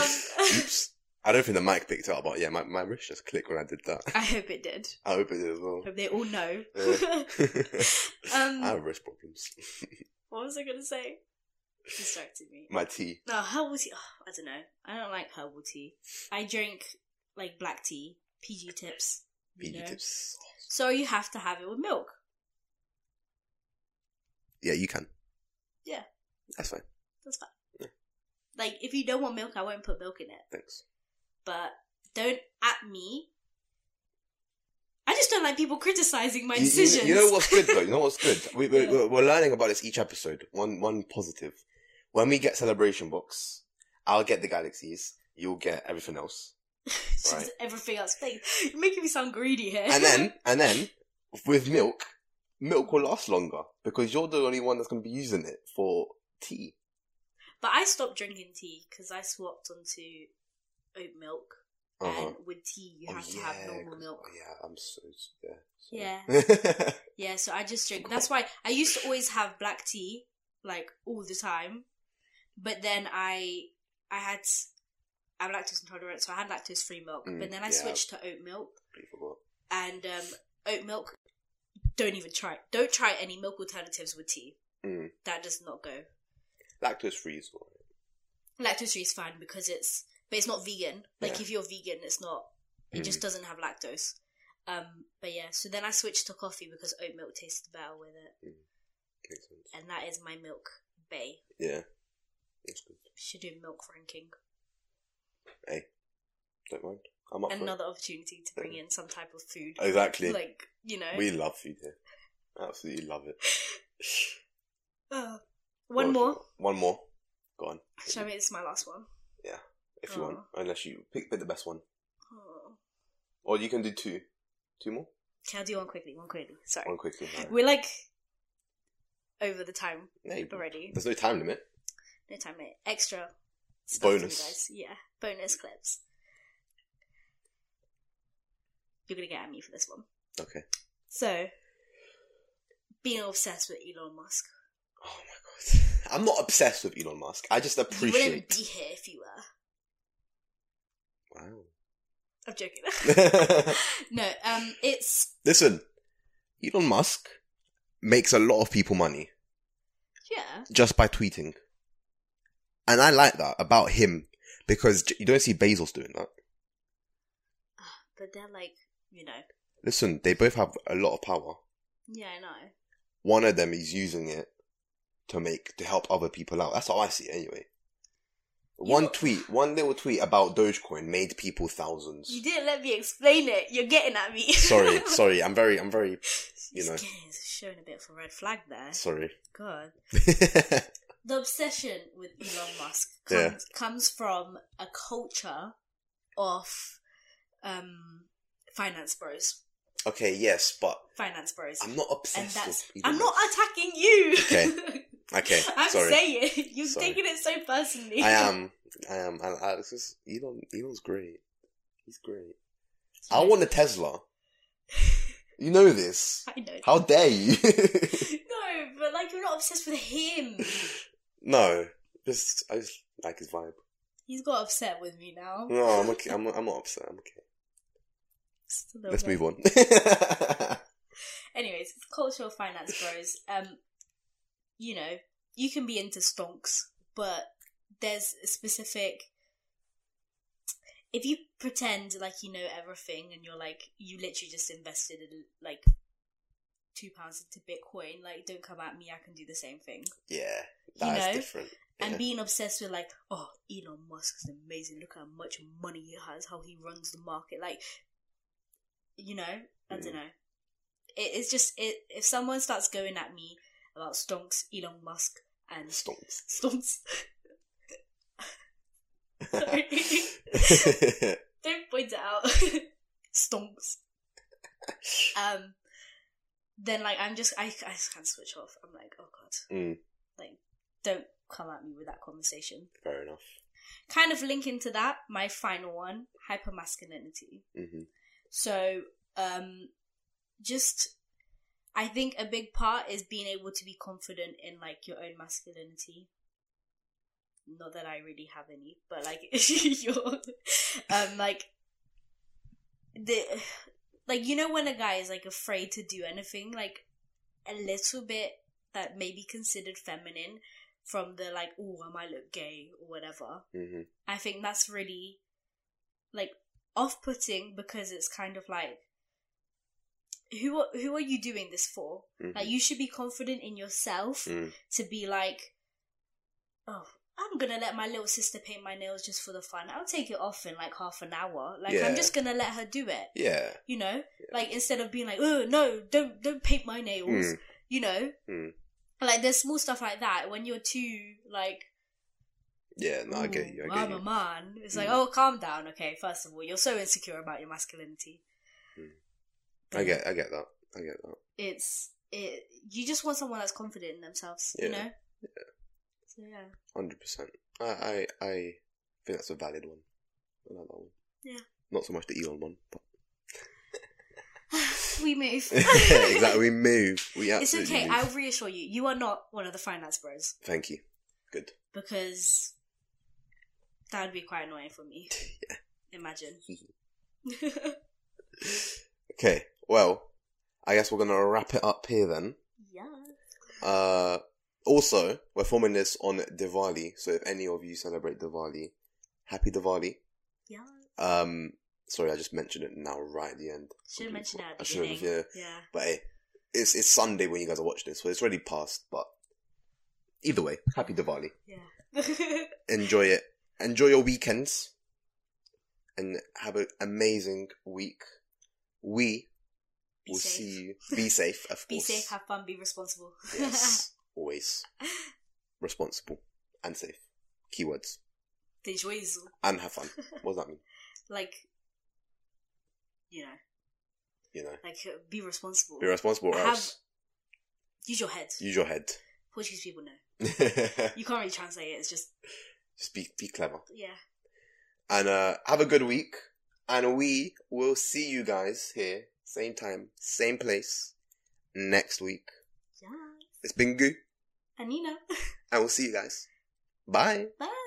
S2: Oops. I don't think the mic picked up, but yeah, my, my wrist just clicked when I did that.
S1: I hope it did.
S2: I hope it did as well.
S1: Hope they all know.
S2: Yeah.
S1: Um,
S2: I have wrist problems.
S1: what was I gonna say? Distracted me.
S2: My tea.
S1: No, herbal tea. oh, I don't know. I don't like herbal tea. I drink like black tea, PG tips. you
S2: PG
S1: know.
S2: tips.
S1: So you have to have it with milk.
S2: Yeah, you can.
S1: Yeah.
S2: That's fine.
S1: That's fine. Like if you don't want milk, I won't put milk in it.
S2: Thanks.
S1: But don't at me. I just don't like people criticizing my
S2: You- you-
S1: decisions.
S2: You, know what's good though. You know what's good. We, we,
S1: Yeah.
S2: we're, we're learning about this each episode. One one positive. When we get celebration box, I'll get the galaxies. You'll get everything else.
S1: It's
S2: Right.
S1: Just everything else. Like, you're making me sound greedy here.
S2: and then and then with milk, milk will last longer because you're the only one that's going to be using it for tea.
S1: but I stopped drinking tea because I swapped onto oat milk.
S2: Uh-huh.
S1: And with tea, you
S2: Oh,
S1: have to have
S2: yeah,
S1: normal
S2: good-
S1: milk.
S2: oh, yeah, I'm so yeah.
S1: Yeah.
S2: Yeah.
S1: Yeah, so I just drink. That's why I used to always have black tea, like all the time. But then I, I had, I'm lactose intolerant, so I had lactose free milk.
S2: Mm,
S1: but then I
S2: yeah.
S1: switched to oat milk,
S2: Unbelievable.
S1: and um, oat milk. Don't even try. it. Don't try any milk alternatives with tea.
S2: Mm.
S1: That does not go.
S2: Lactose free is all right.
S1: Lactose free is fine because it's, but it's not vegan. Like
S2: Yeah. Mm.
S1: if you're vegan, it's not. It just doesn't have lactose. Um, but yeah, so then I switched to coffee because oat milk tasted better with it.
S2: Makes sense.
S1: and that is my milk bay.
S2: Yeah. It's good.
S1: Should do milk ranking.
S2: Don't mind. I'm up
S1: Another opportunity to bring in some type of food.
S2: for it. Exactly.
S1: Like, you know.
S2: we love food here. Absolutely love it.
S1: Uh,
S2: What
S1: one
S2: else you
S1: more.
S2: got? One more. Go on.
S1: Shall I make this my last one?
S2: If you want. Unless you pick, pick the best one.
S1: Oh.
S2: Or you can do two. Two more?
S1: Can I do one quickly? One quickly. Sorry.
S2: One quickly. alright.
S1: We're like over the time
S2: Yeah, you-
S1: already.
S2: There's no time limit.
S1: No time, mate. Extra. Stuff for
S2: Bonus.
S1: You guys. Yeah. Bonus clips. You're going to get at me for this one.
S2: Okay.
S1: So, being obsessed with Elon Musk.
S2: Oh my god. I'm not obsessed with Elon Musk. I just
S1: You wouldn't
S2: appreciate.
S1: be here if you were.
S2: Wow.
S1: I'm joking. no, um, it's
S2: Listen, Elon Musk makes a lot of people money
S1: yeah,
S2: just by tweeting. And I like that about him because j- you don't see Bezos doing that.
S1: but they're like you know,
S2: Listen, they both have a lot of power.
S1: yeah, I know.
S2: One of them is using it to make to help other people out. That's how I see it anyway. One
S1: You-
S2: tweet, one little tweet about Dogecoin made people thousands.
S1: You didn't let me explain it. You're getting at me.
S2: sorry, sorry. I'm very, I'm very you
S1: It's
S2: know.
S1: getting- it's showing a bit of a red flag there.
S2: sorry.
S1: God, the obsession with Elon Musk
S2: Yeah.
S1: comes, comes from a culture of um finance bros,
S2: okay, yes, but
S1: finance bros,
S2: I'm not
S1: and
S2: obsessed
S1: that's.
S2: with Elon
S1: I'm not
S2: Musk.
S1: attacking you.
S2: Okay. Okay,
S1: I'm
S2: sorry.
S1: saying you're
S2: Sorry.
S1: taking it so personally.
S2: I am. I am. I, I, this is, Elon. Elon's great. He's great. I
S1: Yeah.
S2: want a Tesla. You know this.
S1: I know.
S2: How dare you?
S1: no, but like you're not obsessed with him.
S2: no, just I just like his vibe.
S1: He's got upset with me now.
S2: No, I'm okay. I'm, I'm not upset. I'm okay.
S1: Just a little
S2: Let's
S1: bit.
S2: move on.
S1: Anyways, it's cultural finance bros. Um, you know, you can be into stonks, but there's a specific. If you pretend like you know everything and you're like you literally just invested in like two pounds into Bitcoin, like don't come at me, I can do the same thing.
S2: yeah, that is
S1: know,
S2: different.
S1: and
S2: Yeah.
S1: being obsessed with like, oh, Elon Musk is amazing. Look how much money he has, how he runs the market. Like, you know, I
S2: Mm.
S1: don't know. It, it's just it. If someone starts going at me about stonks, Elon Musk, and
S2: Stonks.
S1: stonks, Sorry. don't point it out. stonks. Um, then like I'm just I I just can't switch off. I'm like, oh god,
S2: Mm.
S1: like don't come at me with that conversation.
S2: Fair enough.
S1: kind of link into that my final one hypermasculinity
S2: hmm
S1: so um just i think a big part is being able to be confident in like your own masculinity not that i really have any but like your um like the like you know when a guy is like afraid to do anything like a little bit that may be considered feminine from the like oh i might look gay or whatever
S2: hmm
S1: I think that's really like off putting because it's kind of like who are, who are you doing this for? Like you should be confident in yourself
S2: mm-hmm. Mm.
S1: to be like oh I'm gonna let my little sister paint my nails just for the fun. I'll take it off in like half an hour. Like
S2: Yeah.
S1: I'm just gonna let her do it.
S2: Yeah.
S1: You know? Like instead of being like, Oh no, don't don't paint my nails
S2: Mm.
S1: you know?
S2: Mm.
S1: Like there's small stuff like that when you're too like
S2: Yeah, no, I get
S1: "Ooh,
S2: you. I get
S1: I'm
S2: you.
S1: a man. It's like,
S2: Mm.
S1: oh, calm down. Okay, first of all, you're so insecure about your masculinity.
S2: Mm. I get, I get that. I get that.
S1: It's it. You just want someone that's confident in themselves. You
S2: Yeah.
S1: know. So yeah.
S2: Hundred percent. I, I, I think that's a valid one. I like that one.
S1: Yeah.
S2: Not so much the Elon one, but
S1: we move.
S2: yeah, exactly. We move. We
S1: It's
S2: absolutely.
S1: okay.
S2: Move.
S1: I'll reassure you. You are not one of the finance bros
S2: Thank you. Good.
S1: because that would be quite annoying for me. Imagine.
S2: Okay. Well, I guess we're gonna wrap it up here then.
S1: yeah.
S2: Uh, also, we're filming this on Diwali, so if any of you celebrate Diwali, happy Diwali.
S1: Yeah.
S2: Um, sorry, I just mentioned it now right at the end.
S1: Should have mentioned that at
S2: I
S1: the
S2: should have,
S1: beginning.
S2: yeah.
S1: Yeah.
S2: But hey, it's it's Sunday when you guys are watching this, so it's already past. But either way, happy Diwali.
S1: Yeah.
S2: Enjoy it. Enjoy your weekends, and have an amazing week. We
S1: Be
S2: will
S1: safe.
S2: see you. Be safe, of
S1: Be
S2: course.
S1: safe, have fun, be responsible.
S2: yes, always responsible and safe. Keywords
S1: The joys,
S2: and have fun. What does that mean?
S1: like, you know,
S2: You know,
S1: like uh, be responsible.
S2: be responsible or
S1: Have-
S2: else
S1: Use your head.
S2: use your head.
S1: Portuguese people know.
S2: just
S1: You can't really translate it. It's just
S2: be be clever.
S1: yeah.
S2: And uh, have a good week. And we will see you guys here, same time, same place, next week.
S1: Yeah.
S2: It's been good.
S1: Anina.
S2: And we'll see you guys. Bye.
S1: Bye.